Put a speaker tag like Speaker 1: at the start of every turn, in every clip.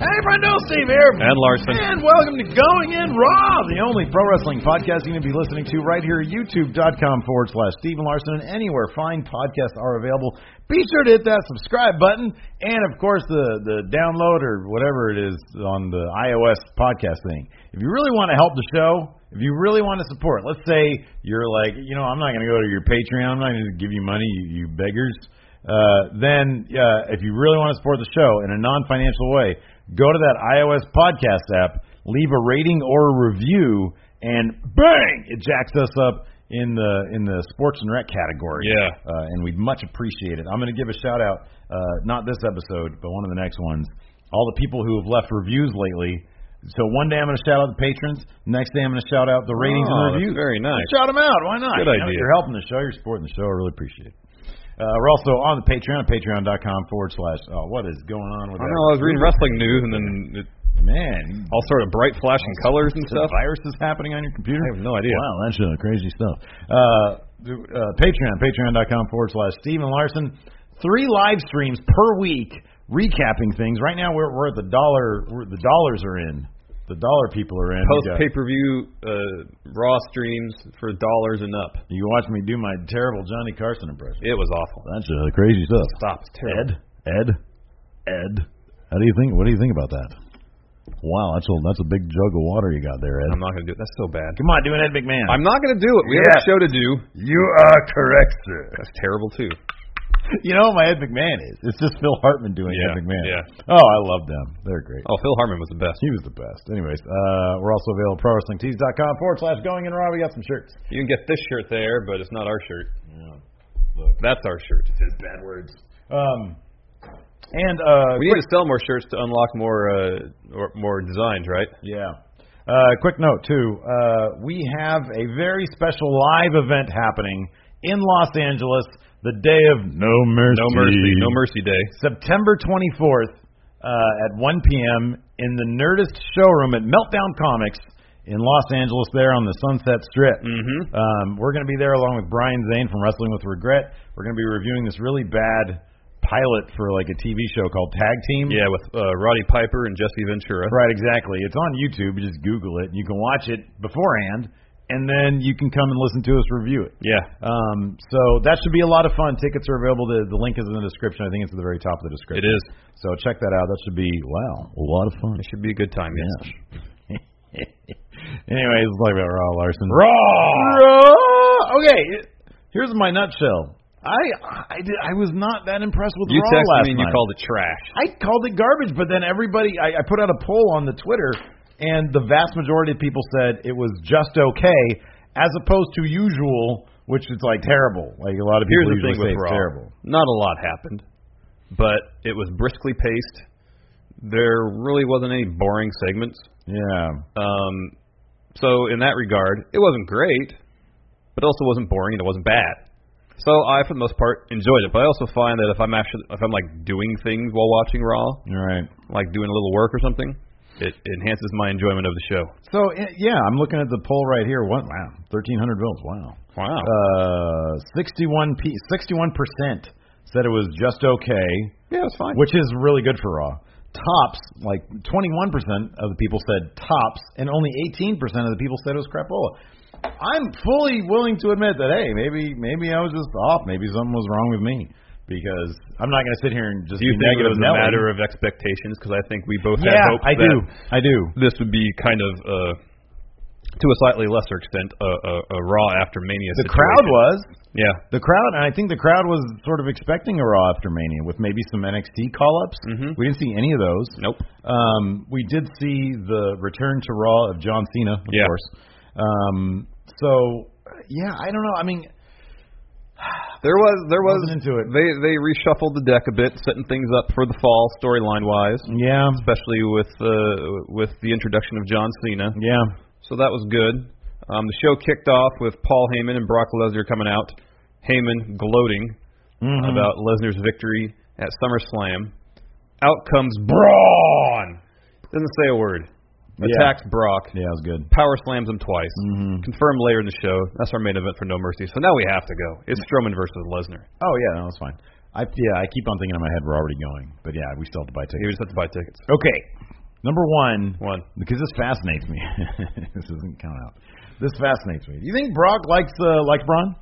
Speaker 1: Hey, Brendo, Steve here.
Speaker 2: And Larson.
Speaker 1: And welcome to Going In Raw.
Speaker 2: The only pro wrestling podcast you're going to be listening to right here at youtube.com forward slash Steven Larson and anywhere fine podcasts are available. Be sure to hit that subscribe button and, of course, the, the download or whatever it is on the iOS podcast thing. If you really want to help the show, if you really want to support, let's say you're like, you know, I'm not going to go to your Patreon, I'm not going to give you money, you, you beggars. Uh, then, uh, if you really want to support the show in a non financial way, go to that iOS podcast app, leave a rating or a review, and bang, it jacks us up in the in the sports and rec category.
Speaker 1: Yeah.
Speaker 2: uh, and we'd much appreciate it. I'm going to give a shout out, uh, not this episode, but one of the next ones. All the people who have left reviews lately. So one day I'm going to shout out the patrons. Next day I'm going to shout out the ratings
Speaker 1: Oh,
Speaker 2: and
Speaker 1: that's
Speaker 2: reviews.
Speaker 1: very nice.
Speaker 2: Shout them out. Why not?
Speaker 1: Good
Speaker 2: You know,
Speaker 1: idea.
Speaker 2: you're helping the show. You're supporting the show. I really appreciate it. Uh, we're also on the Patreon, patreon.com forward slash. Oh, what is going on with that?
Speaker 3: I don't know. I was reading wrestling news, and then it,
Speaker 2: Man,
Speaker 3: all sort of bright flashing colors and
Speaker 2: the
Speaker 3: stuff.
Speaker 2: viruses happening on your computer?
Speaker 3: I have no idea.
Speaker 2: Wow, that's uh, crazy stuff. Uh, the, uh, Patreon, patreon.com forward slash Steven Larson. Three live streams per week recapping things. Right now, we're, we're at the dollar. We're, the dollars are in. The dollar people are in.
Speaker 3: Post
Speaker 2: You got-
Speaker 3: pay per view uh, Raw streams for dollars and up.
Speaker 2: You watch me do my terrible Johnny Carson impression.
Speaker 3: It was awful.
Speaker 2: That's uh, crazy stuff.
Speaker 3: Stop. It's terrible.
Speaker 2: Ed, Ed, Ed. How do you think? What do you think about that? Wow, that's a that's a big jug of water you got there, Ed.
Speaker 3: I'm not gonna do it. That's so bad.
Speaker 2: Come on, do an Ed McMahon.
Speaker 3: I'm not gonna do it. We have
Speaker 2: Yeah.
Speaker 3: a show to do.
Speaker 2: you are correct, sir.
Speaker 3: That's terrible too.
Speaker 2: You know what my Ed McMahon is? It's just Phil Hartman doing
Speaker 3: Yeah,
Speaker 2: Ed McMahon.
Speaker 3: yeah.
Speaker 2: Oh, I love them. They're great.
Speaker 3: Oh, Phil Harmon was the best.
Speaker 2: He was the best. Anyways, uh, we're also available at prowrestlingtees.com forward slash going in raw. We got some shirts.
Speaker 3: You can get this shirt there, but it's not our shirt.
Speaker 2: Look,
Speaker 3: That's our shirt.
Speaker 2: says bad words. Um, and uh,
Speaker 3: We need to sell more shirts to unlock more uh, or, more designs, right?
Speaker 2: Yeah. Uh, quick note too. Uh, we have a very special live event happening in Los Angeles the day of No Mercy.
Speaker 3: No mercy, no mercy day.
Speaker 2: September 24th uh, at 1 p.m. in the Nerdist showroom at Meltdown Comics in Los Angeles, there on the Sunset Strip. Mm-hmm. Um, we're going to be there along with Brian Zane from Wrestling with Regret. We're going to be reviewing this really bad pilot for like a TV show called Tag Team.
Speaker 3: Yeah, with uh, Roddy Piper and Jesse Ventura.
Speaker 2: Right, exactly. It's on YouTube. You just Google it. and You can watch it beforehand, and then you can come and listen to us review it.
Speaker 3: Yeah.
Speaker 2: Um, so that should be a lot of fun. Tickets are available. The, the link is in the description. I think it's at the very top of the description.
Speaker 3: It is.
Speaker 2: So check that out. That should be wow, a lot of fun.
Speaker 3: It should be a good time. Yes.
Speaker 2: Anyways, let's talk about Raw Larson. Raw. Raw. Okay. it- Here's my nutshell. I I, did, I was not that impressed with
Speaker 3: You
Speaker 2: Raw
Speaker 3: texted
Speaker 2: last
Speaker 3: me and you
Speaker 2: night.
Speaker 3: called it trash.
Speaker 2: I called it garbage, but then everybody, I, I put out a poll on the Twitter, and the vast majority of people said it was just okay, as opposed to usual, which is like terrible. Like a lot of
Speaker 3: Here's
Speaker 2: people
Speaker 3: the thing
Speaker 2: usually say
Speaker 3: with
Speaker 2: it's
Speaker 3: Raw.
Speaker 2: terrible.
Speaker 3: Not a lot happened, but it was briskly paced. There really wasn't any boring segments.
Speaker 2: Yeah,
Speaker 3: Um, so in that regard, it wasn't great, but it also wasn't boring and it wasn't bad. So I, for the most part, enjoyed it. But I also find that if I'm actually, if I'm like doing things while watching Raw,
Speaker 2: you're right.
Speaker 3: like doing a little work or something, it enhances my enjoyment of the show.
Speaker 2: So i- yeah, I'm looking at the poll right here. What? Wow, 1,300 votes. Wow.
Speaker 3: Wow.
Speaker 2: Uh, 61 p 61 percent said it was just okay.
Speaker 3: yeah, it's fine.
Speaker 2: which is really good for Raw. Tops, like 21% of the people said tops, and only 18% of the people said it was crapola. I'm fully willing to admit that hey, maybe maybe I was just off, maybe something was wrong with me because I'm not going to sit here and just
Speaker 3: Do you
Speaker 2: be
Speaker 3: think it
Speaker 2: negative.
Speaker 3: was a
Speaker 2: Nelly.
Speaker 3: matter of expectations? Because I think we both had
Speaker 2: yeah,
Speaker 3: hopes
Speaker 2: I
Speaker 3: that
Speaker 2: do, I do.
Speaker 3: this would be kind of, uh, to a slightly lesser extent, a, a, a Raw after Mania.
Speaker 2: The crowd was
Speaker 3: yeah,
Speaker 2: the crowd, and I think the crowd was sort of expecting a Raw after Mania with maybe some NXT call-ups.
Speaker 3: Mhm.
Speaker 2: We didn't see any of those.
Speaker 3: nope.
Speaker 2: Um, we did see the return to Raw of John Cena, of
Speaker 3: Yeah.
Speaker 2: course. Um, so uh, yeah, I don't know. I mean,
Speaker 3: There was, there was.
Speaker 2: Wasn't into it.
Speaker 3: They they reshuffled the deck a bit, setting things up for the fall storyline wise,
Speaker 2: yeah,
Speaker 3: especially with uh, with the introduction of John Cena.
Speaker 2: yeah,
Speaker 3: So that was good. Um, the show kicked off with Paul Heyman and Brock Lesnar coming out. Heyman gloating
Speaker 2: Mhm.
Speaker 3: about Lesnar's victory at SummerSlam. Out comes Braun. Doesn't say a word. Attacks Brock.
Speaker 2: yeah. It was good.
Speaker 3: Power slams him twice. Confirmed later in the show. That's our main event for No Mercy. So now we have to go. It's Strowman versus Lesnar.
Speaker 2: Oh yeah, that was fine. I yeah, I keep on thinking in my head we're already going, but yeah, we still have to buy
Speaker 3: You
Speaker 2: tickets.
Speaker 3: just have to buy tickets.
Speaker 2: Okay, number one,
Speaker 3: One.
Speaker 2: because this fascinates me. this doesn't count out. This fascinates me. Do you think Brock likes uh, likes Braun?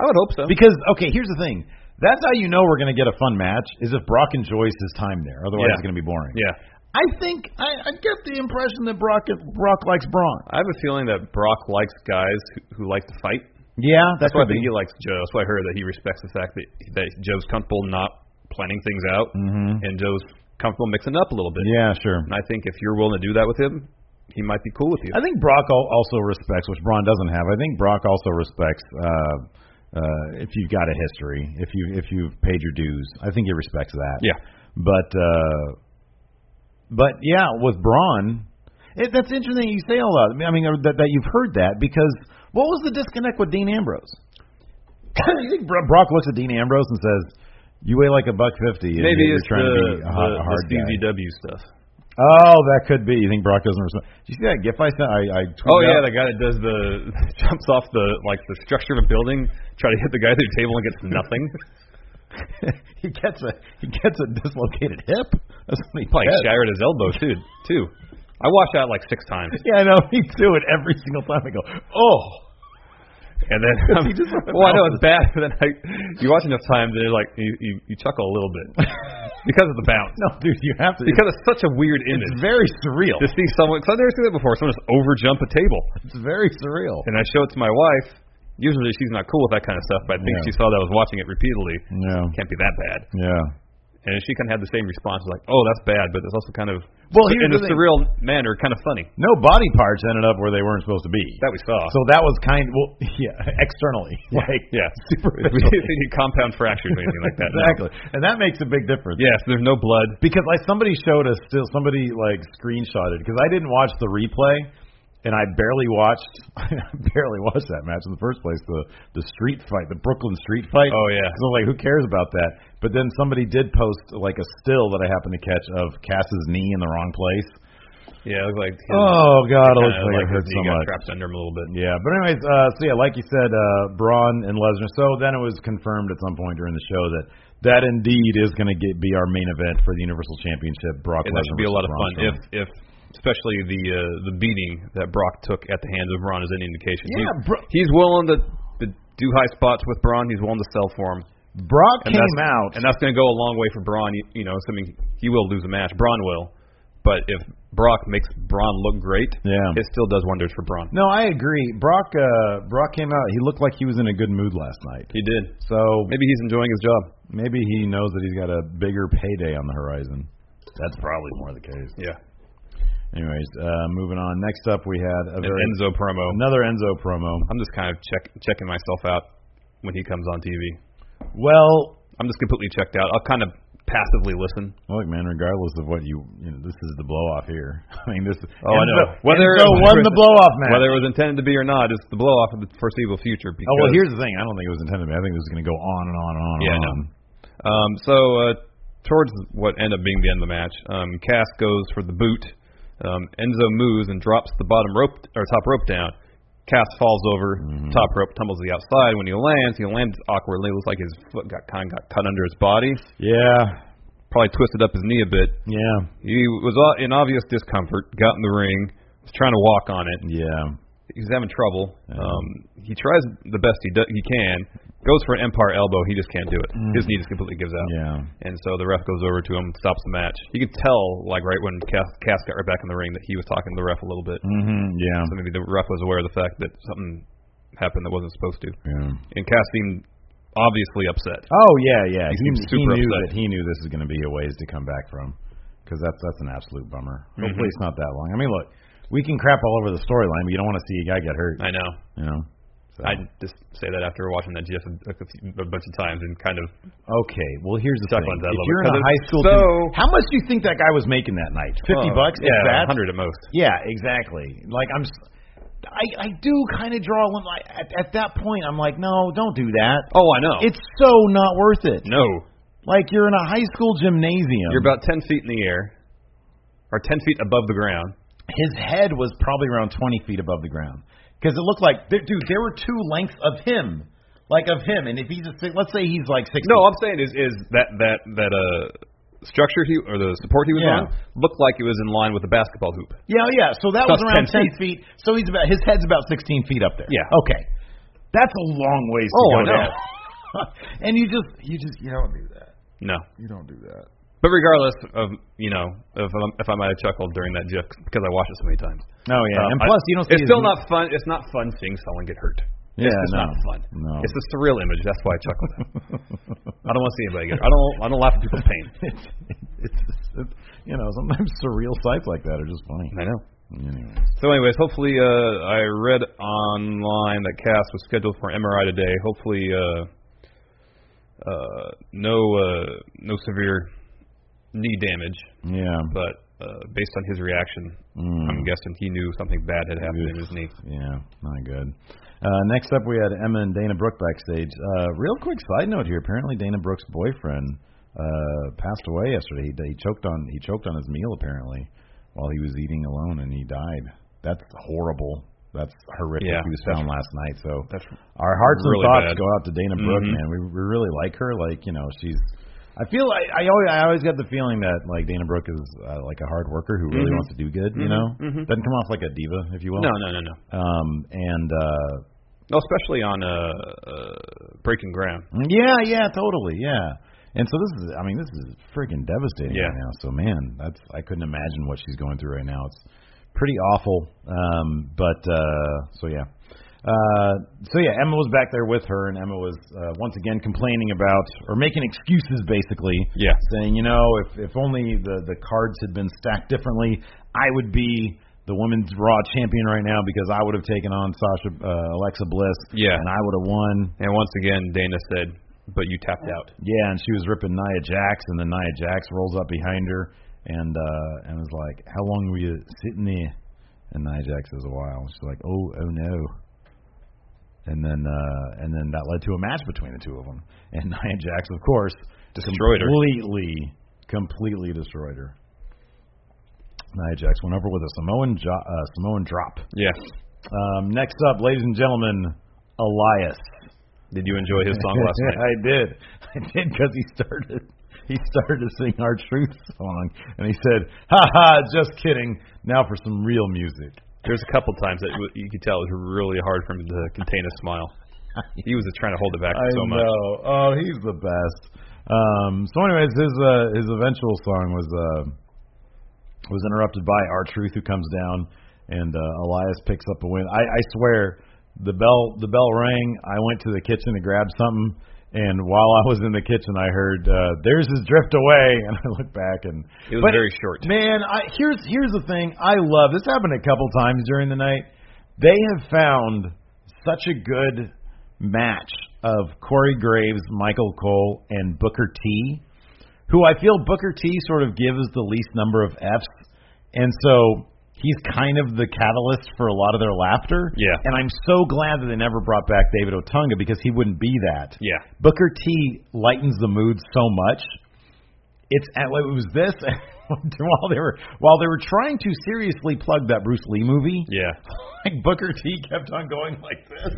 Speaker 3: I would hope so.
Speaker 2: Because okay, here's the thing. That's how you know we're going to get a fun match is if Brock enjoys his time there. Otherwise,
Speaker 3: Yeah.
Speaker 2: it's going to be boring.
Speaker 3: yeah.
Speaker 2: I think I, I get the impression that Brock Brock likes Braun.
Speaker 3: I have a feeling that Brock likes guys who, who like to fight.
Speaker 2: Yeah,
Speaker 3: That's
Speaker 2: that's
Speaker 3: why I
Speaker 2: what
Speaker 3: think he likes Joe. That's why I heard that he respects the fact that that Joe's comfortable not planning things out,
Speaker 2: Mhm.
Speaker 3: and Joe's comfortable mixing up a little bit.
Speaker 2: Yeah, sure.
Speaker 3: And I think if you're willing to do that with him, he might be cool with you.
Speaker 2: I think Brock al- also respects, which Braun doesn't have. I think Brock also respects uh, uh, if you've got a history, if you if you've paid your dues. I think he respects that.
Speaker 3: Yeah.
Speaker 2: But uh, but yeah, with Braun, it, that's interesting. You say all that. I mean, or that, that you've heard that because what was the disconnect with Dean Ambrose? you think Bro- Brock looks at Dean Ambrose and says, "You weigh like a buck fifty, and
Speaker 3: Maybe
Speaker 2: you're
Speaker 3: it's
Speaker 2: trying to
Speaker 3: the,
Speaker 2: be a, hot-
Speaker 3: the,
Speaker 2: a hard
Speaker 3: the
Speaker 2: guy."
Speaker 3: CZW stuff.
Speaker 2: Oh, that could be. You think Brock doesn't respond? Did you see that gif I sent? I, I tweeted
Speaker 3: Oh
Speaker 2: out.
Speaker 3: yeah, the guy that does the jumps off the like the structure of a building, try to hit the guy through the table and gets nothing.
Speaker 2: he gets a he gets a dislocated hip. That's what he
Speaker 3: Like
Speaker 2: gets.
Speaker 3: shattered his elbow too. Too. I watched that like six times,
Speaker 2: Yeah, I know. Me too. And every single time I go, oh,
Speaker 3: and then I'm,
Speaker 2: He just went
Speaker 3: well, I know
Speaker 2: off
Speaker 3: it's bad, but then I, you watch enough times and you're like you, you, you chuckle a little bit because of the bounce,
Speaker 2: no, dude, you have to.
Speaker 3: because it's such a weird
Speaker 2: it's,
Speaker 3: image
Speaker 2: it's very surreal.
Speaker 3: to see someone. Cause I've never seen that before. Someone just over jump a table,
Speaker 2: It's very surreal.
Speaker 3: and I show it to my wife. Usually she's not cool with that kind of stuff, but I think
Speaker 2: Yeah.
Speaker 3: she saw that I was watching it repeatedly.
Speaker 2: Yeah.
Speaker 3: Can't be that bad.
Speaker 2: Yeah.
Speaker 3: and she kind of had the same response, like, "Oh, that's bad," but it's also kind of
Speaker 2: Well,
Speaker 3: in
Speaker 2: here's
Speaker 3: a
Speaker 2: the thing.
Speaker 3: surreal manner, kind of funny
Speaker 2: No body parts ended up where they weren't supposed to be.
Speaker 3: that we saw.
Speaker 2: so that was kind. Well, yeah, externally, like
Speaker 3: yeah, we
Speaker 2: superficially.
Speaker 3: didn't need compound fractures or anything like that. no.
Speaker 2: exactly, and that makes a big difference.
Speaker 3: Yeah, so there's no blood.
Speaker 2: because like somebody showed us still somebody like screenshotted because I didn't watch the replay and I barely watched I barely watched that match in the first place the the street fight the Brooklyn street fight
Speaker 3: Oh, yeah.
Speaker 2: so like who cares about that but then somebody did post like a still that I happened to catch of Cass's knee in the wrong place
Speaker 3: Yeah, it was like his,
Speaker 2: oh god it
Speaker 3: kinda
Speaker 2: looks like,
Speaker 3: like
Speaker 2: it hurt
Speaker 3: his
Speaker 2: so
Speaker 3: knee got
Speaker 2: much
Speaker 3: trapped under him a little bit.
Speaker 2: yeah but anyways uh so yeah like you said uh Braun and Lesnar so then it was confirmed at some point during the show that that indeed is going to get be our main event for the Universal Championship Brock
Speaker 3: And
Speaker 2: Lesnar
Speaker 3: that should be a
Speaker 2: versus
Speaker 3: lot of
Speaker 2: Braun
Speaker 3: fun
Speaker 2: Strowman.
Speaker 3: if if. Especially the uh, the beating that Brock took at the hands of Braun is any indication.
Speaker 2: Yeah,
Speaker 3: he's,
Speaker 2: Bro-
Speaker 3: he's willing to, to do high spots with Braun. He's willing to sell for him.
Speaker 2: Brock
Speaker 3: And
Speaker 2: came
Speaker 3: that's,
Speaker 2: out.
Speaker 3: and that's going to go a long way for Braun. You, you know, assuming he will lose a match, Braun will. But if Brock makes Braun look great,
Speaker 2: Yeah.
Speaker 3: it still does wonders for Braun.
Speaker 2: no, I agree. Brock uh, Brock came out. He looked like he was in a good mood last night.
Speaker 3: He did.
Speaker 2: So
Speaker 3: Maybe he's enjoying his job.
Speaker 2: maybe he knows that he's got a bigger payday on the horizon. That's probably more the case.
Speaker 3: Yeah.
Speaker 2: Anyways, uh, moving on. Next up, we had a
Speaker 3: An
Speaker 2: very
Speaker 3: Enzo promo.
Speaker 2: another Enzo promo.
Speaker 3: I'm just kind of check, checking myself out when he comes on TV.
Speaker 2: Well,
Speaker 3: I'm just completely checked out. I'll kind of passively listen.
Speaker 2: Look, man. Regardless of what you, you know, this is the blow off here. I mean, this.
Speaker 3: Oh, I know.
Speaker 2: Whether
Speaker 3: Whether-
Speaker 2: Enzo won the blow off match.
Speaker 3: Whether it was intended to be or not, it's the blow off of the foreseeable future. Because,
Speaker 2: oh well, here's the thing. I don't think it was intended. to be. I think this is going to go on and on and on. and
Speaker 3: Yeah, I
Speaker 2: on.
Speaker 3: know. um, so uh, towards what ended up being the end of the match, um, Cass goes for the boot. Um, Enzo moves and drops the bottom rope or top rope down. Cass falls over,
Speaker 2: Mm-hmm.
Speaker 3: top rope tumbles to the outside. When he lands, he lands awkwardly. Looks like his foot got kind of got cut under his body.
Speaker 2: Yeah,
Speaker 3: Probably twisted up his knee a bit.
Speaker 2: yeah,
Speaker 3: He was o- in obvious discomfort. Got in the ring. Was trying to walk on it.
Speaker 2: yeah.
Speaker 3: He's having trouble.
Speaker 2: Yeah.
Speaker 3: Um, he tries the best he do- he can. Goes for an empire elbow. He just can't do it. His knee just completely gives out.
Speaker 2: Mm. Yeah.
Speaker 3: And so the ref goes over to him, stops the match. You could tell, like right when Cass, Cass got right back in the ring, that he was talking to the ref a little bit.
Speaker 2: Mm-hmm. Yeah.
Speaker 3: So maybe the ref was aware of the fact that something happened that wasn't supposed to.
Speaker 2: yeah.
Speaker 3: And Cass seemed obviously upset.
Speaker 2: Oh yeah, yeah.
Speaker 3: He
Speaker 2: He,
Speaker 3: seems
Speaker 2: he
Speaker 3: super
Speaker 2: knew
Speaker 3: upset.
Speaker 2: that he knew this is going to be a ways to come back from, because that's that's an absolute bummer.
Speaker 3: Mm-hmm.
Speaker 2: Hopefully it's not that long. I mean, look, we can crap all over the storyline, but you don't want to see a guy get hurt.
Speaker 3: I know.
Speaker 2: you know. So.
Speaker 3: I just say that after watching that GIF a, a few- a bunch of times and kind of
Speaker 2: okay, well here's the
Speaker 3: Suck
Speaker 2: thing.
Speaker 3: on that
Speaker 2: If
Speaker 3: level,
Speaker 2: you're in a
Speaker 3: 'cause it's
Speaker 2: high school,
Speaker 3: so-
Speaker 2: team- how much do you think that guy was making that night? Fifty
Speaker 3: Oh,
Speaker 2: bucks? if
Speaker 3: yeah,
Speaker 2: that?
Speaker 3: hundred at most.
Speaker 2: Yeah, exactly. Like I'm, s- I I do kind of draw one. Like at, at that point, I'm like, no, don't do that.
Speaker 3: Oh, I know.
Speaker 2: It's so not worth it.
Speaker 3: no.
Speaker 2: Like you're in a high school gymnasium.
Speaker 3: You're about ten feet in the air, or ten feet above the ground.
Speaker 2: his head was probably around 20 feet above the ground because it looked like, there, dude, there were two lengths of him, like of him. And if he's a, si- let's say he's like six.
Speaker 3: No, I'm saying is is that that that uh structure he or the support he was
Speaker 2: Yeah.
Speaker 3: on looked like it was in line with the basketball hoop.
Speaker 2: yeah, oh, yeah. So that was
Speaker 3: That's
Speaker 2: around 10
Speaker 3: 10
Speaker 2: feet. So he's about his head's about 16 feet up there.
Speaker 3: Yeah.
Speaker 2: Okay, that's a long ways to
Speaker 3: Oh,
Speaker 2: go
Speaker 3: I know.
Speaker 2: down. and you just, you just, you don't do that.
Speaker 3: No.
Speaker 2: You don't do that.
Speaker 3: But regardless of you know if I'm, if I might have chuckled during that joke because I watched it so many times.
Speaker 2: No, Oh, yeah.
Speaker 3: Um,
Speaker 2: and
Speaker 3: I-
Speaker 2: plus, you don't. See
Speaker 3: It's
Speaker 2: his-
Speaker 3: still not fun. It's not fun seeing someone get hurt.
Speaker 2: Yeah,
Speaker 3: it's
Speaker 2: no.
Speaker 3: not fun.
Speaker 2: No.
Speaker 3: It's a surreal image. That's why I chuckled. I don't want to see anybody get. Hurt. I don't. I don't laugh at people's pain.
Speaker 2: it's, it's, it's, you know, sometimes surreal sights like that are just funny.
Speaker 3: I know.
Speaker 2: Anyway.
Speaker 3: So, anyways, hopefully, uh, I read online that Cass was scheduled for MRI today. Hopefully, uh, uh, no, uh, no severe knee damage,
Speaker 2: Yeah.
Speaker 3: but uh, based on his reaction,
Speaker 2: Mm.
Speaker 3: I'm guessing he knew something bad had happened in his knee.
Speaker 2: Yeah, not good. Uh, next up, we had Emma and Dana Brooke backstage. Uh, real quick side note here. Apparently, Dana Brooke's boyfriend uh, passed away yesterday. He, he choked on he choked on his meal apparently while he was eating alone, and he died. That's horrible. That's horrific.
Speaker 3: Yeah,
Speaker 2: he was found last night. So
Speaker 3: that's
Speaker 2: our hearts
Speaker 3: really
Speaker 2: and thoughts
Speaker 3: bad.
Speaker 2: go out to Dana Brooke,
Speaker 3: Mhm.
Speaker 2: man. We we really like her. Like you know, she's. I feel I I always, I always get the feeling that like Dana Brooke is uh, like a hard worker who really
Speaker 3: Mhm.
Speaker 2: wants to do good. You
Speaker 3: Mhm.
Speaker 2: know,
Speaker 3: Mhm.
Speaker 2: doesn't come off like a diva, if you will.
Speaker 3: No, no, no, no.
Speaker 2: Um, and uh,
Speaker 3: No, especially on uh, uh, breaking ground.
Speaker 2: yeah, yeah, totally, yeah. And so this is, I mean, this is freaking devastating
Speaker 3: Yeah.
Speaker 2: right now. So man, that's I couldn't imagine what she's going through right now. It's pretty awful. Um, but uh, so yeah, uh, so yeah, Emma was back there with her, and Emma was uh, once again complaining about or making excuses, basically.
Speaker 3: Yeah.
Speaker 2: saying you know if if only the the cards had been stacked differently, I would be. The women's Raw champion right now because I would have taken on Sasha uh, Alexa Bliss,
Speaker 3: Yeah.
Speaker 2: and I would have won.
Speaker 3: And once again, Dana said, "But you tapped out."
Speaker 2: Yeah, and she was ripping Nia Jax, and then Nia Jax rolls up behind her and uh and was like, "How long were you sitting there?" And Nia Jax says, "A while." She's like, "Oh, oh no." And then uh and then that led to a match between the two of them, and Nia Jax, of course,
Speaker 3: Destroyed her.
Speaker 2: completely, completely destroyed her. Nia Jax went over with a Samoan jo- uh, Samoan drop.
Speaker 3: Yeah.
Speaker 2: Um, next up, ladies and gentlemen, Elias.
Speaker 3: Did you enjoy his song last night?
Speaker 2: I did. I did because he started. He started to sing our truth song, and he said, "Ha ha, just kidding." Now for some real music.
Speaker 3: There's a couple times that w- you could tell it was really hard for him to contain a smile. He was trying to hold it back
Speaker 2: I
Speaker 3: so much.
Speaker 2: know. Oh, he's the best. Um, so, anyways, his uh, his eventual song was uh, was interrupted by our truth, who comes down, and uh, Elias picks up a win. I, I swear, the bell the bell rang. I went to the kitchen to grab something, And while I was in the kitchen, I heard uh, "There's his drift away," and I looked back and
Speaker 3: It was
Speaker 2: but-
Speaker 3: very short.
Speaker 2: Man, I, here's here's the thing. I love this. Happened a couple times during the night. They have found such a good match of Corey Graves, Michael Cole, and Booker T, who I feel Booker T sort of gives the least number of Fs, and so he's kind of the catalyst for a lot of their laughter.
Speaker 3: Yeah.
Speaker 2: And I'm so glad that they never brought back David Otunga because he wouldn't be that.
Speaker 3: Yeah.
Speaker 2: Booker T lightens the mood so much. It's at, it was this while they were while they were trying to seriously plug that Bruce Lee movie.
Speaker 3: Yeah.
Speaker 2: Like Booker T kept on going like this,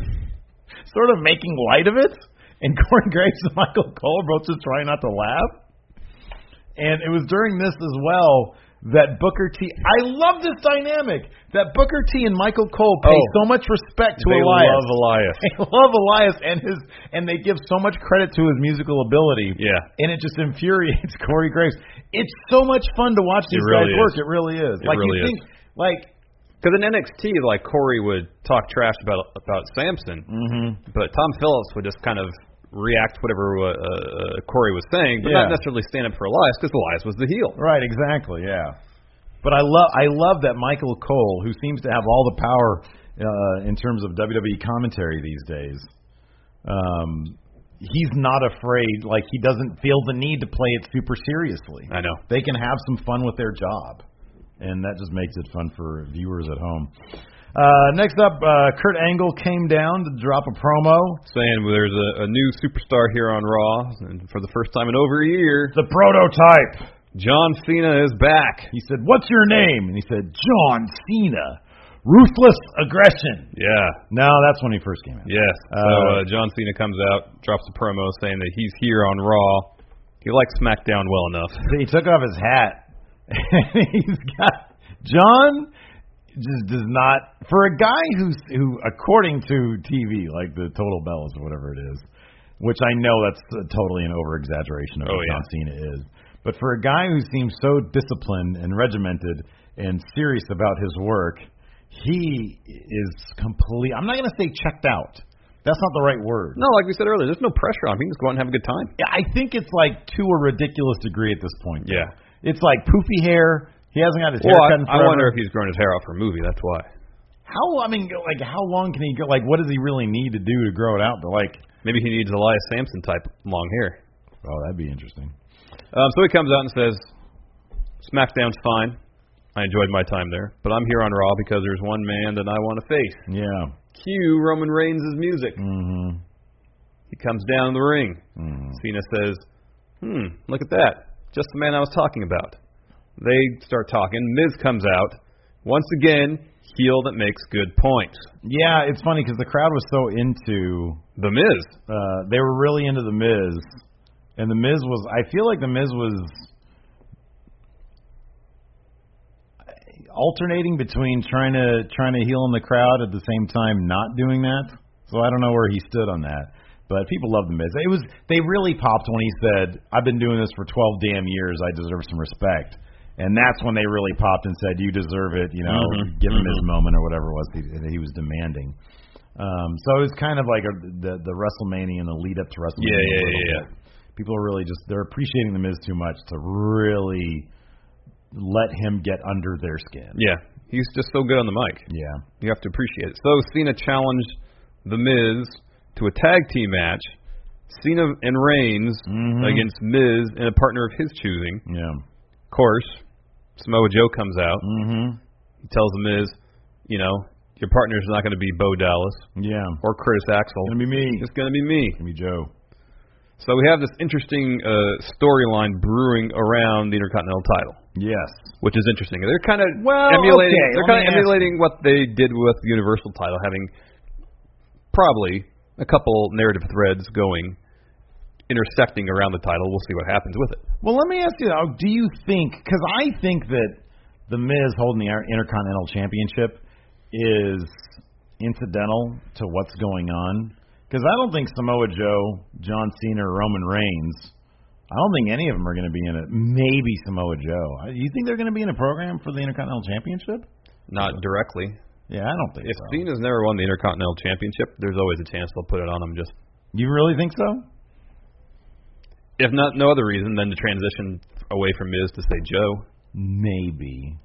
Speaker 2: sort of making light of it. And Corey Graves and Michael Cole both just trying not to laugh. And it was during this as well that Booker T. I love this dynamic that Booker T. and Michael Cole pay
Speaker 3: Oh.
Speaker 2: so much respect to
Speaker 3: they
Speaker 2: Elias.
Speaker 3: love Elias.
Speaker 2: They love Elias and his and they give so much credit to his musical ability.
Speaker 3: Yeah.
Speaker 2: And it just infuriates Corey Graves. It's so much fun to watch these
Speaker 3: really
Speaker 2: guys
Speaker 3: is.
Speaker 2: work. It really is. like
Speaker 3: really
Speaker 2: you
Speaker 3: is.
Speaker 2: think like
Speaker 3: Because in NXT, like Corey would talk trash about about Samson,
Speaker 2: Mm-hmm.
Speaker 3: but Tom Phillips would just kind of react to whatever uh, uh, Corey was saying, but
Speaker 2: Yeah.
Speaker 3: not necessarily stand up for Elias because Elias was the heel.
Speaker 2: Right, exactly, yeah. But I love I love that Michael Cole, who seems to have all the power uh, in terms of WWE commentary these days. Um he's not afraid like he doesn't feel the need to play it super seriously.
Speaker 3: I know.
Speaker 2: they can have some fun with their job. And that just makes it fun for viewers at home. Uh, next up, uh, Kurt Angle came down to drop a promo.
Speaker 3: Saying there's a, a new superstar here on Raw, and for the first time in over a year,
Speaker 2: The prototype.
Speaker 3: John Cena is back.
Speaker 2: He said, What's your name? And he said, John Cena. Ruthless aggression.
Speaker 3: Yeah,
Speaker 2: No, that's when he first came out.
Speaker 3: yes.
Speaker 2: Uh,
Speaker 3: so uh, John Cena comes out, drops a promo saying that he's here on Raw. He likes SmackDown well enough.
Speaker 2: He took off his hat. And he's got John just does not for a guy who's who according to TV like the total bellas or whatever it is, which I know that's uh, totally an over exaggeration of
Speaker 3: Oh,
Speaker 2: what
Speaker 3: yeah.
Speaker 2: John Cena is. But for a guy who seems so disciplined and regimented and serious about his work, he is complete. I'm not going to say checked out. That's not the right word.
Speaker 3: No, like we said earlier, there's no pressure on him. He can just go out and have a good time.
Speaker 2: Yeah, I think it's like to a ridiculous degree at this point.
Speaker 3: Yeah.
Speaker 2: It's like poofy hair. He hasn't got his
Speaker 3: Well,
Speaker 2: hair cut in
Speaker 3: I, I
Speaker 2: forever.
Speaker 3: wonder if he's grown his hair out for a movie. That's why.
Speaker 2: how I mean like how long can he go like what does he really need to do to grow it out? But like
Speaker 3: Maybe he needs Elias Sampson type long hair.
Speaker 2: oh that'd be interesting.
Speaker 3: Um, so he comes out and says, SmackDown's fine. I enjoyed my time there, but I'm here on Raw because there's one man that I want to face.
Speaker 2: Yeah.
Speaker 3: Cue Roman Reigns' music.
Speaker 2: Mhm.
Speaker 3: He comes down the ring.
Speaker 2: Mm-hmm.
Speaker 3: Cena says, Hmm, look at that. Just the man I was talking about. They start talking. Miz comes out. Once again, heel that makes good points.
Speaker 2: Yeah, it's funny cuz the crowd was so into
Speaker 3: The Miz.
Speaker 2: uh they were really into the Miz. And the Miz was I feel like the Miz was alternating between trying to trying to heal in the crowd at the same time not doing that. So I don't know where he stood on that. But people love the Miz. It was they really popped when he said, "I've been doing this for 12 damn years. I deserve some respect." And that's when they really popped and said, "You deserve it." You know,
Speaker 3: Mhm.
Speaker 2: give him his moment or whatever it was he, that he was demanding. Um, so it was kind of like a, the the WrestleMania and the lead up to WrestleMania.
Speaker 3: Yeah, yeah,
Speaker 2: a little
Speaker 3: yeah, yeah.
Speaker 2: bit. People are really just they're appreciating the Miz too much to really let him get under their skin.
Speaker 3: Yeah. He's just so good on the mic.
Speaker 2: Yeah.
Speaker 3: You have to appreciate it. So Cena challenged The Miz to a tag team match. Cena and Reigns
Speaker 2: Mhm.
Speaker 3: against Miz and a partner of his choosing.
Speaker 2: Yeah.
Speaker 3: Of course, Samoa Joe comes out.
Speaker 2: Mhm.
Speaker 3: He tells The Miz, you know, your partner's not going to be Bo Dallas
Speaker 2: Yeah.
Speaker 3: or Curtis Axel.
Speaker 2: Gonna be me.
Speaker 3: It's going to be me.
Speaker 2: Gonna be Joe.
Speaker 3: So we have this interesting uh, storyline brewing around the Intercontinental title,
Speaker 2: Yes.
Speaker 3: which is interesting. They're kind of
Speaker 2: Well,
Speaker 3: emulating.
Speaker 2: okay,
Speaker 3: They're
Speaker 2: let
Speaker 3: kind of
Speaker 2: me ask
Speaker 3: emulating what they did with the Universal title, having probably a couple narrative threads going, intersecting around the title. We'll see what happens with it.
Speaker 2: Well, let me ask you though, do you think cuz I think that the Miz holding the Intercontinental Championship is incidental to what's going on cuz I don't think Samoa Joe, John Cena, or Roman Reigns I don't think any of them are going to be in it. Maybe Samoa Joe. I- You think they're going to be in a program for the Intercontinental Championship?
Speaker 3: Not directly.
Speaker 2: Yeah, I don't think
Speaker 3: If
Speaker 2: so.
Speaker 3: Cena's never won the Intercontinental Championship, there's always a chance they'll put it on him. Just
Speaker 2: you really think so?
Speaker 3: if not no other reason than to transition away from Miz to say Joe.
Speaker 2: Maybe.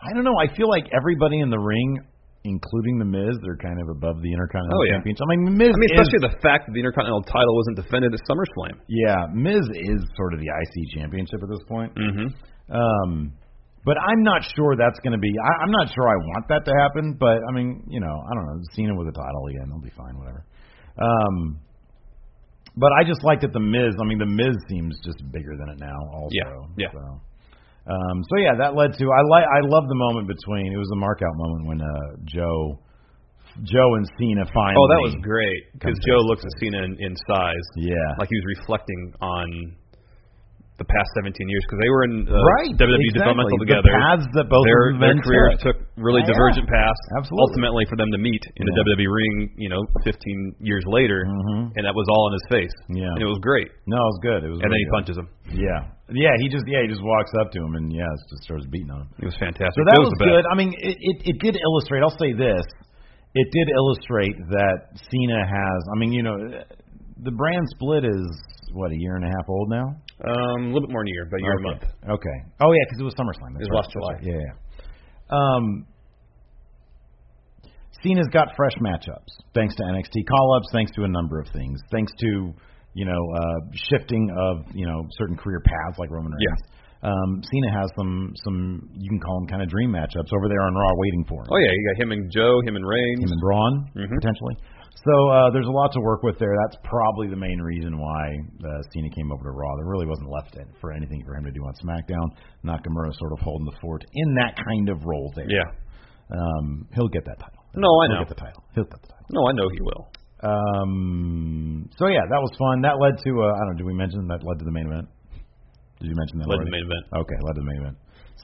Speaker 2: I don't know. I feel like everybody in the ring, including the Miz, they're kind of above the Intercontinental
Speaker 3: Oh, yeah.
Speaker 2: Championship. I mean, Miz.
Speaker 3: I mean,
Speaker 2: is,
Speaker 3: especially the fact that the Intercontinental title wasn't defended at SummerSlam.
Speaker 2: yeah, Miz is sort of the IC Championship at this point.
Speaker 3: Mm-hmm.
Speaker 2: Um, but I'm not sure that's going to be. I, I'm not sure I want that to happen. But I mean, you know, I don't know. Cena with a title again, he'll be fine. Whatever. Um, but I just like that the Miz. I mean, the Miz seems just bigger than it now. Also,
Speaker 3: Yeah, yeah.
Speaker 2: So, um, so yeah, that led to. I like. I love the moment between. It was the mark out moment when uh, Joe, Joe and Cena finally.
Speaker 3: Oh, that was great because
Speaker 2: Comes face
Speaker 3: Joe looks
Speaker 2: to
Speaker 3: at Cena in, in size,
Speaker 2: Yeah.
Speaker 3: like he was reflecting on the past 17 years because they were in uh,
Speaker 2: right.
Speaker 3: WWE
Speaker 2: exactly. The
Speaker 3: developmental together.
Speaker 2: paths that both
Speaker 3: their
Speaker 2: of them
Speaker 3: their
Speaker 2: then
Speaker 3: careers
Speaker 2: took.
Speaker 3: took really
Speaker 2: Yeah.
Speaker 3: divergent paths.
Speaker 2: Absolutely.
Speaker 3: Ultimately, for them to meet in the
Speaker 2: Yeah.
Speaker 3: WWE ring, you know, 15 years later,
Speaker 2: Mhm.
Speaker 3: and that was all in his face.
Speaker 2: Yeah.
Speaker 3: and it was great.
Speaker 2: No, it was good. It was.
Speaker 3: And
Speaker 2: really
Speaker 3: then he
Speaker 2: good.
Speaker 3: punches him.
Speaker 2: Yeah, yeah. He just yeah he just walks up to him and yeah just starts beating on him.
Speaker 3: It was fantastic.
Speaker 2: So that
Speaker 3: It
Speaker 2: was,
Speaker 3: the best.
Speaker 2: good. I mean, it, it it did illustrate. I'll say this: it did illustrate that Cena has. I mean, you know, the brand split is what a year and a half old now.
Speaker 3: Um, a little bit more than a year, about a year and a month.
Speaker 2: okay. Okay. Oh yeah, because it was SummerSlam. That's
Speaker 3: It was
Speaker 2: right.
Speaker 3: last July.
Speaker 2: That's right. Yeah. yeah. Um. Cena's got fresh matchups thanks to NXT call-ups, thanks to a number of things, thanks to you know uh, shifting of you know certain career paths like Roman Reigns. Um, Cena has some some you can call them kind of dream matchups over there on Raw waiting for him.
Speaker 3: Oh yeah, you got him and Joe, him and Reigns.
Speaker 2: Him and Braun
Speaker 3: Mhm.
Speaker 2: potentially. So uh, there's a lot to work with there. That's probably the main reason why uh, Cena came over to Raw. There really wasn't left in for anything for him to do on SmackDown. Nakamura sort of holding the fort in that kind of role there.
Speaker 3: Yeah.
Speaker 2: Um, he'll get that title.
Speaker 3: No, I know.
Speaker 2: He'll get the title. He'll get the title.
Speaker 3: No, I know he will.
Speaker 2: Um, so yeah, that was fun. That led to uh, I don't know. Did we mention that led to the main event? Did you mention that?
Speaker 3: Led to the
Speaker 2: already?
Speaker 3: main event.
Speaker 2: Okay, led to the main event.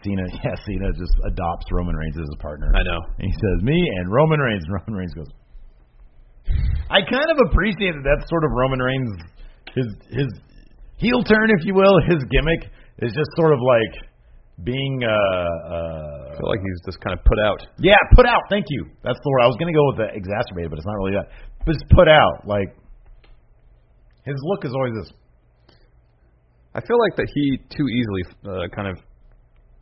Speaker 2: Cena, yeah, Cena just adopts Roman Reigns as his partner.
Speaker 3: I know.
Speaker 2: And he says, "Me and Roman Reigns." And Roman Reigns goes. I kind of appreciate that. That's sort of Roman Reigns, his his heel turn, if you will. His gimmick is just sort of like being uh,
Speaker 3: I
Speaker 2: uh
Speaker 3: feel like he's just kind of put out.
Speaker 2: yeah, put out. Thank you. That's the word. I was gonna go with the exacerbated, but it's not really that. But it's put out. Like his look is always this.
Speaker 3: I feel like that he too easily uh, kind of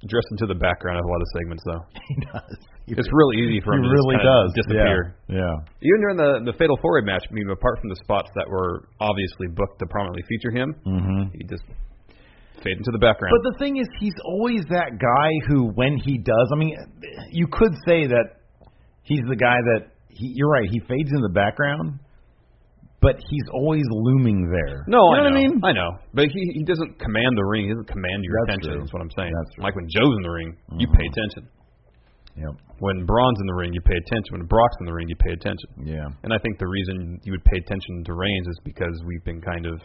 Speaker 3: drifts into the background of a lot of segments, though.
Speaker 2: He does. He
Speaker 3: It's really easy for
Speaker 2: he
Speaker 3: him to just
Speaker 2: really
Speaker 3: kind of
Speaker 2: does
Speaker 3: disappear.
Speaker 2: Yeah. yeah.
Speaker 3: Even during the the fatal four way match, I mean, apart from the spots that were obviously booked to prominently feature him,
Speaker 2: Mhm.
Speaker 3: he just faded into the background.
Speaker 2: But the thing is, he's always that guy who, when he does, I mean, you could say that he's the guy that he. You're right. He fades in the background, but he's always looming there.
Speaker 3: no,
Speaker 2: you
Speaker 3: I
Speaker 2: know
Speaker 3: know
Speaker 2: what I mean.
Speaker 3: I know, but he he doesn't command the ring. He doesn't command your
Speaker 2: That's
Speaker 3: attention.
Speaker 2: true.
Speaker 3: That's what I'm saying.
Speaker 2: That's true.
Speaker 3: Like when Joe's in the ring, you
Speaker 2: Mhm.
Speaker 3: pay attention.
Speaker 2: Yep.
Speaker 3: When Braun's in the ring, you pay attention. When Brock's in the ring, you pay attention.
Speaker 2: Yeah.
Speaker 3: And I think the reason you would pay attention to Reigns is because we've been kind of,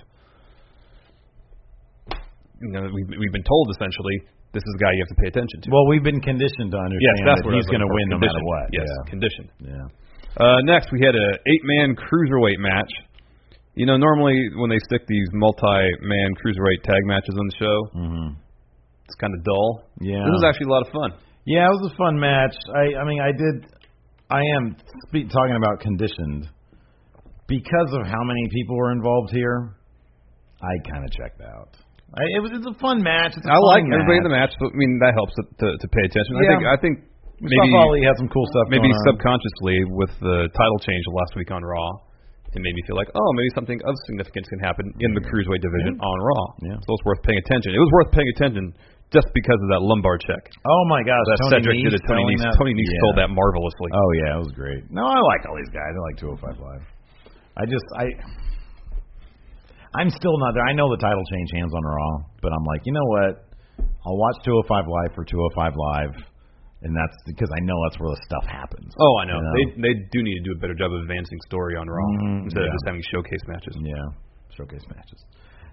Speaker 3: you know, we've, we've been told essentially this is the guy you have to pay attention to.
Speaker 2: Well, we've been conditioned to understand
Speaker 3: yes, that's
Speaker 2: that
Speaker 3: what I
Speaker 2: he's
Speaker 3: was
Speaker 2: going to
Speaker 3: looking
Speaker 2: win
Speaker 3: for.
Speaker 2: no matter what.
Speaker 3: Conditioned. Yes, conditioned.
Speaker 2: Yeah. Yeah.
Speaker 3: Uh, next, we had a eight-man cruiserweight match. You know, normally when they stick these multi-man cruiserweight tag matches on the show,
Speaker 2: Mm-hmm.
Speaker 3: it's kind of dull.
Speaker 2: Yeah.
Speaker 3: This is actually a lot of fun.
Speaker 2: Yeah, it was a fun match. I I mean, I did. I am spe- talking about conditioned because of how many people were involved here. I kind of checked out. I, it was it's a fun match. It's a
Speaker 3: I
Speaker 2: fun
Speaker 3: like
Speaker 2: match.
Speaker 3: everybody in the match. So, I mean, that helps to, to, to pay attention.
Speaker 2: Yeah.
Speaker 3: I think I think
Speaker 2: Mustafa
Speaker 3: maybe
Speaker 2: Ali had some cool stuff.
Speaker 3: maybe
Speaker 2: going on.
Speaker 3: subconsciously with the title change last week on Raw, it made me feel like, oh, maybe something of significance can happen in the cruiserweight division on Raw.
Speaker 2: Yeah.
Speaker 3: So it's worth paying attention. It was worth paying attention just because of that lumbar check
Speaker 2: Oh my gosh,
Speaker 3: that
Speaker 2: Tony
Speaker 3: Cedric
Speaker 2: Nese
Speaker 3: did to
Speaker 2: selling
Speaker 3: Tony Nese.
Speaker 2: that-
Speaker 3: Tony Nese
Speaker 2: yeah.
Speaker 3: sold that marvelously.
Speaker 2: Oh yeah, it was great. No, I like all these guys. I like 205 Live. I just I I'm still not there. I know the title change hands on Raw, but I'm like, you know what? I'll watch 205 Live for 205 Live, and that's because I know that's where the stuff happens.
Speaker 3: Oh, I know.
Speaker 2: You
Speaker 3: They they do need to do a better job of advancing story on Raw
Speaker 2: Mm,
Speaker 3: instead
Speaker 2: yeah.
Speaker 3: of just having showcase matches.
Speaker 2: Yeah, showcase matches.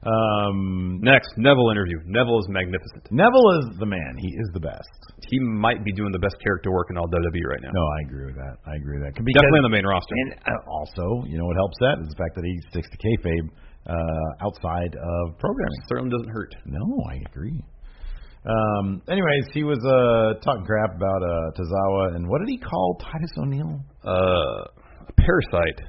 Speaker 2: Um,
Speaker 3: Next, Neville interview. Neville is magnificent.
Speaker 2: Neville is the man. He is the best.
Speaker 3: He might be doing the best character work in all WWE right now.
Speaker 2: No, I agree with that. I agree with that. Because-
Speaker 3: Definitely on the main roster.
Speaker 2: And uh, also, you know what helps that is the fact that he sticks to kayfabe uh, outside of programming.
Speaker 3: Certainly doesn't hurt.
Speaker 2: No, I agree. Um, anyways, he was uh, talking crap about uh, Tozawa and what did he call Titus O'Neil?
Speaker 3: Uh, a parasite.